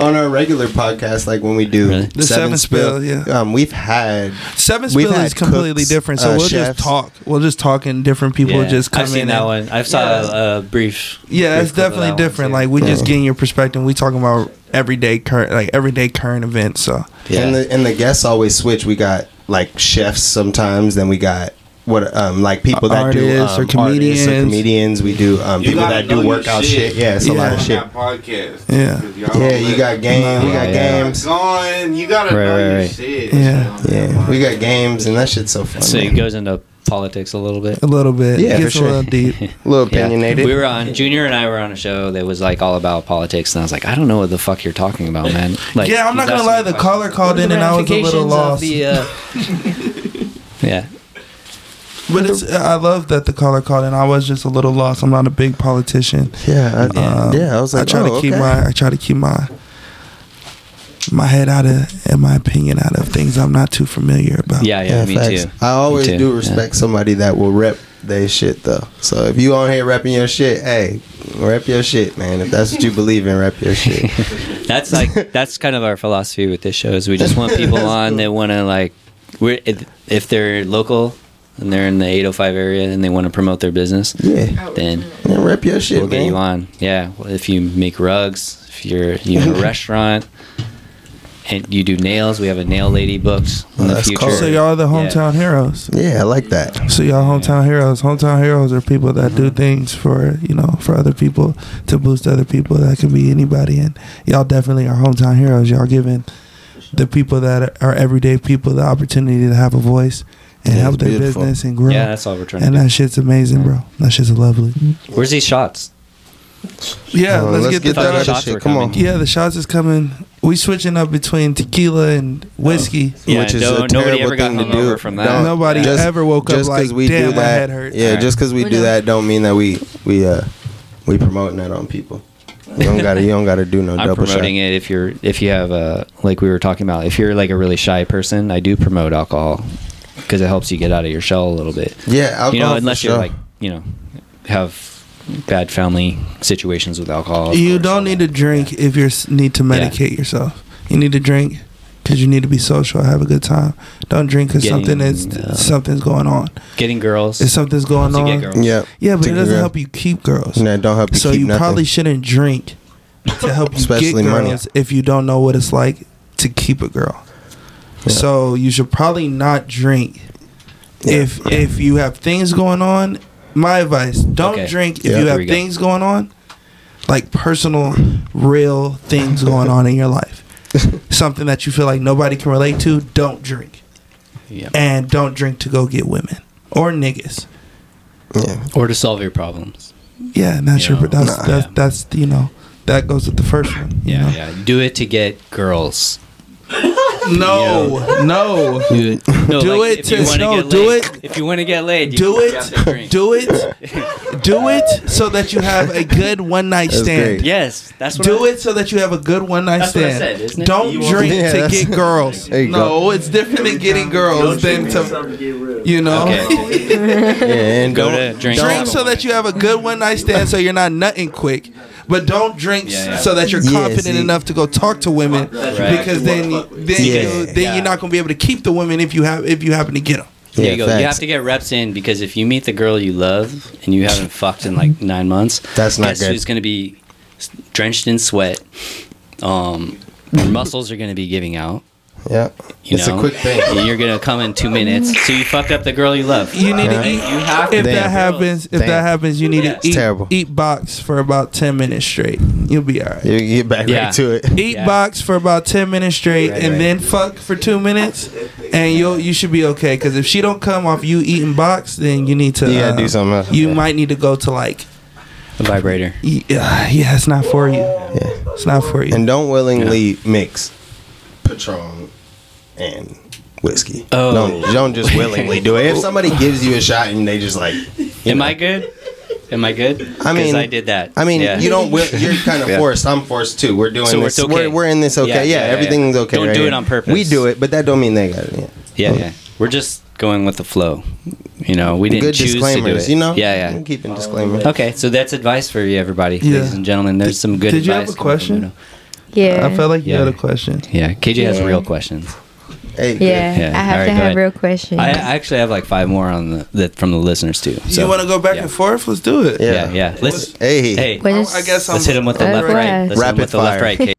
[SPEAKER 3] on our regular podcast, like when we do
[SPEAKER 1] Really?
[SPEAKER 4] The Seven Spill, yeah.
[SPEAKER 3] Um, we've had
[SPEAKER 4] Seven
[SPEAKER 3] We've
[SPEAKER 4] Spill
[SPEAKER 3] had
[SPEAKER 4] is completely
[SPEAKER 3] cooks,
[SPEAKER 4] different. So
[SPEAKER 3] uh,
[SPEAKER 4] we'll
[SPEAKER 3] chefs.
[SPEAKER 4] just talk. We'll just talk and different people
[SPEAKER 1] Yeah.
[SPEAKER 4] just come
[SPEAKER 1] I've seen
[SPEAKER 4] in.
[SPEAKER 1] that one.
[SPEAKER 4] and-
[SPEAKER 1] I've saw a, a brief.
[SPEAKER 4] Yeah, it's
[SPEAKER 1] brief clip of
[SPEAKER 4] definitely
[SPEAKER 1] that one,
[SPEAKER 4] different.
[SPEAKER 1] too.
[SPEAKER 4] Like we just getting your perspective. We talking about everyday current, like everyday current events. So
[SPEAKER 1] yeah.
[SPEAKER 3] and the and the guests always switch. We got like chefs sometimes, then we got what um like people that do
[SPEAKER 4] Artists
[SPEAKER 3] um,
[SPEAKER 4] or
[SPEAKER 3] artists
[SPEAKER 4] comedians.
[SPEAKER 3] or comedians. We do um,
[SPEAKER 6] You
[SPEAKER 3] people
[SPEAKER 6] gotta
[SPEAKER 3] that do
[SPEAKER 6] know your
[SPEAKER 3] workout
[SPEAKER 6] shit.
[SPEAKER 3] shit. Yeah, it's a lot of
[SPEAKER 4] Yeah.
[SPEAKER 3] shit.
[SPEAKER 6] That podcast.
[SPEAKER 4] Yeah.
[SPEAKER 6] 'Cause y'all
[SPEAKER 3] Yeah,
[SPEAKER 6] don't
[SPEAKER 3] you
[SPEAKER 6] let-
[SPEAKER 3] got games. We got
[SPEAKER 1] Yeah.
[SPEAKER 3] games.
[SPEAKER 6] Going, you gotta
[SPEAKER 1] Right,
[SPEAKER 6] know
[SPEAKER 1] right,
[SPEAKER 6] your
[SPEAKER 1] right.
[SPEAKER 6] shit.
[SPEAKER 4] Yeah.
[SPEAKER 3] Yeah, we got games, and that shit's so fun.
[SPEAKER 1] so it
[SPEAKER 3] man.
[SPEAKER 1] goes into politics a little bit.
[SPEAKER 4] a little bit.
[SPEAKER 3] Yeah,
[SPEAKER 4] it gets
[SPEAKER 3] for sure.
[SPEAKER 4] a little deep.
[SPEAKER 3] (laughs) A little
[SPEAKER 1] Yeah.
[SPEAKER 3] opinionated.
[SPEAKER 1] We were on Junior and I were on a show that was like all about politics, and I was like, I don't know what the fuck you're talking about,
[SPEAKER 4] (laughs)
[SPEAKER 1] man. Like,
[SPEAKER 4] yeah,
[SPEAKER 1] he's
[SPEAKER 4] I'm not gonna
[SPEAKER 1] asking
[SPEAKER 4] lie.
[SPEAKER 1] me
[SPEAKER 4] The
[SPEAKER 1] questions.
[SPEAKER 4] caller called in and I was a little lost.
[SPEAKER 1] (laughs) yeah,
[SPEAKER 4] But it's, I love that the caller called in. I was just a little lost. I'm not a big politician.
[SPEAKER 3] Yeah, I,
[SPEAKER 4] Um,
[SPEAKER 3] yeah. I was like,
[SPEAKER 4] I try
[SPEAKER 3] oh,
[SPEAKER 4] to keep
[SPEAKER 3] okay.
[SPEAKER 4] my I try to keep my my head out of and my opinion out of things I'm not too familiar about.
[SPEAKER 1] yeah, yeah, me
[SPEAKER 3] facts.
[SPEAKER 1] too.
[SPEAKER 3] I always
[SPEAKER 1] Me too,
[SPEAKER 3] do
[SPEAKER 1] yeah.
[SPEAKER 3] respect somebody that will rep their shit though. So if you on here repping your shit, hey, rep your shit, man. If that's what you believe in, rep
[SPEAKER 1] (laughs)
[SPEAKER 3] your shit.
[SPEAKER 1] (laughs) That's
[SPEAKER 4] (laughs)
[SPEAKER 1] like that's kind of our philosophy with this show is we just want people on that want to like, we're, if if they're local and they're in the 805 area and they want to promote their business,
[SPEAKER 3] yeah,
[SPEAKER 1] then
[SPEAKER 3] and rep your shit,
[SPEAKER 1] we'll get
[SPEAKER 3] man.
[SPEAKER 1] you on. Yeah, well, if you make rugs, if you're you
[SPEAKER 3] (laughs)
[SPEAKER 1] know a restaurant, and you do nails, we have a nail lady booked in
[SPEAKER 3] Oh,
[SPEAKER 1] the
[SPEAKER 3] that's
[SPEAKER 1] future.
[SPEAKER 3] cool.
[SPEAKER 4] So y'all are the hometown heroes.
[SPEAKER 3] Yeah, I like that.
[SPEAKER 4] So y'all hometown heroes. Hometown heroes are people that do things for you know for other people to boost other people. That can be anybody, and y'all definitely are hometown heroes. Y'all giving the people that are everyday people the opportunity to have a voice and
[SPEAKER 3] Yeah,
[SPEAKER 4] help
[SPEAKER 3] it's
[SPEAKER 4] their
[SPEAKER 3] beautiful.
[SPEAKER 4] business and grow.
[SPEAKER 1] Yeah, that's all we're trying
[SPEAKER 4] and
[SPEAKER 1] to
[SPEAKER 4] that shit's amazing, bro. That shit's lovely.
[SPEAKER 1] do. Where's these shots?
[SPEAKER 4] Yeah,
[SPEAKER 3] Uh,
[SPEAKER 4] let's, get, the
[SPEAKER 1] that
[SPEAKER 4] shots.
[SPEAKER 1] other
[SPEAKER 3] other
[SPEAKER 1] shots were
[SPEAKER 3] shit. Come on.
[SPEAKER 1] coming.
[SPEAKER 4] Yeah, the shots is coming. We switching up between tequila and whiskey.
[SPEAKER 1] Yeah,
[SPEAKER 3] Which is
[SPEAKER 1] no-
[SPEAKER 3] a
[SPEAKER 1] nobody
[SPEAKER 3] terrible
[SPEAKER 1] ever got
[SPEAKER 3] thing to
[SPEAKER 1] hungover
[SPEAKER 3] do.
[SPEAKER 1] from that.
[SPEAKER 3] Don't-
[SPEAKER 4] Nobody
[SPEAKER 3] just-
[SPEAKER 4] ever woke up
[SPEAKER 3] just 'cause
[SPEAKER 4] like, damn, my head hurts.
[SPEAKER 3] Yeah, just because we
[SPEAKER 5] We're
[SPEAKER 3] do
[SPEAKER 5] done.
[SPEAKER 3] that don't mean that we we uh we promoting that on people. You don't gotta you don't gotta do no
[SPEAKER 1] (laughs) I'm
[SPEAKER 3] double shot.
[SPEAKER 1] promoting it if you're if you have a like we were talking about if you're like a really shy person, I do promote alcohol because it helps you get out of your shell a little bit.
[SPEAKER 3] Yeah, alcohol
[SPEAKER 1] you know,
[SPEAKER 3] for
[SPEAKER 1] unless
[SPEAKER 3] sure.
[SPEAKER 1] you're like you know have bad family situations with alcohol. of
[SPEAKER 4] You
[SPEAKER 1] course, all
[SPEAKER 4] don't need to
[SPEAKER 1] that.
[SPEAKER 4] drink if you need to medicate yourself. You need to drink because you need to be social, have a good time. Don't drink because something is
[SPEAKER 1] Getting, uh,
[SPEAKER 4] something's going on.
[SPEAKER 1] Getting girls.
[SPEAKER 4] If something's going
[SPEAKER 1] to get
[SPEAKER 4] on,
[SPEAKER 1] girls.
[SPEAKER 3] yeah,
[SPEAKER 4] yeah, but it
[SPEAKER 3] Taking
[SPEAKER 4] doesn't
[SPEAKER 3] girl-
[SPEAKER 4] help you keep girls.
[SPEAKER 3] No, it don't help you.
[SPEAKER 4] so
[SPEAKER 3] keep
[SPEAKER 4] you
[SPEAKER 3] nothing.
[SPEAKER 4] probably shouldn't drink to help you get
[SPEAKER 3] Especially money.
[SPEAKER 4] girls if you don't know what it's like to keep a girl.
[SPEAKER 3] Yeah.
[SPEAKER 4] So you should probably not drink if
[SPEAKER 1] Yeah.
[SPEAKER 4] if you have things going on. My advice: don't
[SPEAKER 1] Okay.
[SPEAKER 4] drink if
[SPEAKER 3] Yeah.
[SPEAKER 4] you
[SPEAKER 1] There
[SPEAKER 4] have
[SPEAKER 1] we go.
[SPEAKER 4] things going on, like personal, real things going on in
[SPEAKER 1] (laughs)
[SPEAKER 4] your life. Something that you feel like nobody can relate to. Don't drink,
[SPEAKER 1] Yeah.
[SPEAKER 4] and don't drink to go get women or niggas.
[SPEAKER 3] yeah.
[SPEAKER 1] or to solve your problems.
[SPEAKER 4] Yeah, and that's
[SPEAKER 1] You
[SPEAKER 4] your.
[SPEAKER 1] know,
[SPEAKER 4] That's,
[SPEAKER 1] nah.
[SPEAKER 4] that's
[SPEAKER 1] Yeah.
[SPEAKER 4] that's you know that goes with the first one. you
[SPEAKER 1] Yeah,
[SPEAKER 4] know?
[SPEAKER 1] yeah. Do it to get girls.
[SPEAKER 4] No, no.
[SPEAKER 1] No,
[SPEAKER 4] Do it
[SPEAKER 1] if you
[SPEAKER 4] to-
[SPEAKER 1] wanna
[SPEAKER 4] no,
[SPEAKER 1] get
[SPEAKER 4] do
[SPEAKER 1] laid-
[SPEAKER 4] it-
[SPEAKER 1] If you want to get laid, you
[SPEAKER 4] Do
[SPEAKER 1] have to
[SPEAKER 4] it. (laughs)
[SPEAKER 1] drink.
[SPEAKER 4] Do it. Do it so that you have a good one night
[SPEAKER 3] That's
[SPEAKER 4] stand.
[SPEAKER 3] great.
[SPEAKER 1] Yes, that's what
[SPEAKER 4] Do
[SPEAKER 1] I-
[SPEAKER 4] (laughs) it so that you have a good one night
[SPEAKER 1] That's what I
[SPEAKER 4] stand.
[SPEAKER 1] said, isn't it?
[SPEAKER 4] Don't
[SPEAKER 1] You want-
[SPEAKER 4] drink
[SPEAKER 3] Yeah,
[SPEAKER 4] to
[SPEAKER 3] that's- (laughs)
[SPEAKER 4] get girls.
[SPEAKER 3] There you
[SPEAKER 4] no, it's different than getting girls than to you know. (laughs)
[SPEAKER 1] Okay.
[SPEAKER 3] yeah, and
[SPEAKER 1] Go
[SPEAKER 3] don't-
[SPEAKER 1] to drink.
[SPEAKER 4] drink so that you have a good one night stand so you're not nutting quick. But don't drink
[SPEAKER 1] Yeah, yeah.
[SPEAKER 4] so that you're
[SPEAKER 3] Yeah,
[SPEAKER 4] confident
[SPEAKER 3] see.
[SPEAKER 4] enough to go talk to women
[SPEAKER 1] Right.
[SPEAKER 4] because then then
[SPEAKER 3] Yeah.
[SPEAKER 4] you, then
[SPEAKER 1] Yeah.
[SPEAKER 4] you're not going to be able to keep the women if you have if you happen to get them.
[SPEAKER 1] There
[SPEAKER 3] Yeah,
[SPEAKER 1] you go. You
[SPEAKER 3] facts.
[SPEAKER 1] have to get reps in because if you meet the girl you love and you haven't fucked in like nine months,
[SPEAKER 3] That's not
[SPEAKER 1] guess
[SPEAKER 3] good.
[SPEAKER 1] Who's going to be s- drenched in sweat? Um,
[SPEAKER 3] (laughs)
[SPEAKER 1] your muscles are going to be giving out.
[SPEAKER 3] Yeah,
[SPEAKER 1] You
[SPEAKER 3] it's
[SPEAKER 1] know?
[SPEAKER 3] a quick thing.
[SPEAKER 1] And you're going to come in two minutes. So you fucked up the girl you love.
[SPEAKER 4] You need
[SPEAKER 3] Yeah.
[SPEAKER 4] to eat.
[SPEAKER 1] You have
[SPEAKER 4] If
[SPEAKER 1] to.
[SPEAKER 4] that
[SPEAKER 3] Damn.
[SPEAKER 4] happens, if that
[SPEAKER 3] Damn.
[SPEAKER 4] happens, you need
[SPEAKER 1] Yeah. It's
[SPEAKER 4] to eat
[SPEAKER 3] terrible.
[SPEAKER 4] eat box for about ten minutes straight. You'll be all right.
[SPEAKER 3] You you get back
[SPEAKER 1] Yeah.
[SPEAKER 3] right to it.
[SPEAKER 4] Eat
[SPEAKER 1] Yeah.
[SPEAKER 4] box for about ten minutes straight,
[SPEAKER 1] Right,
[SPEAKER 4] and
[SPEAKER 1] right.
[SPEAKER 4] then fuck for two minutes, and you will you should be okay. Because if she don't come off you eating box, then you need to
[SPEAKER 3] You gotta
[SPEAKER 4] uh,
[SPEAKER 3] do something else.
[SPEAKER 4] You
[SPEAKER 3] Yeah.
[SPEAKER 4] might need to go to like
[SPEAKER 1] A vibrator.
[SPEAKER 4] y- uh, yeah, it's not for you.
[SPEAKER 3] Yeah.
[SPEAKER 4] It's not for you.
[SPEAKER 3] And don't willingly mix Patron and whiskey.
[SPEAKER 1] Oh.
[SPEAKER 3] Don't, don't just willingly do it. If somebody gives you a shot and they just like, you
[SPEAKER 1] Am
[SPEAKER 3] know,
[SPEAKER 1] I good? Am I good?
[SPEAKER 3] I
[SPEAKER 1] 'Cause
[SPEAKER 3] mean-
[SPEAKER 1] I did that.
[SPEAKER 3] I mean,
[SPEAKER 1] Yeah.
[SPEAKER 3] you
[SPEAKER 1] (laughs)
[SPEAKER 3] don't. Will, you're kind of
[SPEAKER 1] Yeah.
[SPEAKER 3] forced. I'm forced too. We're doing
[SPEAKER 1] So
[SPEAKER 3] this.
[SPEAKER 1] it's okay.
[SPEAKER 3] We're, we're in this. Okay.
[SPEAKER 1] Yeah,
[SPEAKER 3] Yeah.
[SPEAKER 1] yeah, yeah.
[SPEAKER 3] everything's okay.
[SPEAKER 1] Don't
[SPEAKER 3] right
[SPEAKER 1] do it
[SPEAKER 3] here.
[SPEAKER 1] on purpose.
[SPEAKER 3] We do it, but that don't mean they got it. Yeah.
[SPEAKER 1] Yeah, yeah. We're just going with the flow. You know, we didn't
[SPEAKER 3] Good
[SPEAKER 1] choose to do
[SPEAKER 3] disclaimers.
[SPEAKER 1] it.
[SPEAKER 3] You know.
[SPEAKER 1] Yeah, yeah.
[SPEAKER 3] I'm keeping disclaimers.
[SPEAKER 1] Okay, so that's advice for you, everybody,
[SPEAKER 4] Yeah.
[SPEAKER 1] ladies and gentlemen. There's some good.
[SPEAKER 4] Did you have
[SPEAKER 1] advice
[SPEAKER 4] a
[SPEAKER 1] coming from
[SPEAKER 4] question?
[SPEAKER 1] Udo.
[SPEAKER 5] Yeah.
[SPEAKER 4] I felt like you
[SPEAKER 1] Yeah.
[SPEAKER 4] had a question.
[SPEAKER 1] Yeah, KJ has
[SPEAKER 5] Yeah.
[SPEAKER 1] real questions.
[SPEAKER 3] Hey, good.
[SPEAKER 5] yeah,
[SPEAKER 1] Yeah.
[SPEAKER 5] I have
[SPEAKER 1] All right,
[SPEAKER 5] to
[SPEAKER 1] go
[SPEAKER 5] have
[SPEAKER 1] ahead.
[SPEAKER 5] real questions.
[SPEAKER 1] I I actually have like five more on the that from the listeners too. So
[SPEAKER 4] you want to go back
[SPEAKER 1] yeah.
[SPEAKER 4] and forth? Let's do it.
[SPEAKER 1] Yeah, yeah. Let's
[SPEAKER 3] Hey.
[SPEAKER 1] hey,
[SPEAKER 5] What is-
[SPEAKER 4] I guess I'm,
[SPEAKER 1] let's hit him with the
[SPEAKER 5] Alright.
[SPEAKER 1] left right. Let's hit him
[SPEAKER 3] Rapid
[SPEAKER 1] with the left
[SPEAKER 3] fire.
[SPEAKER 1] right.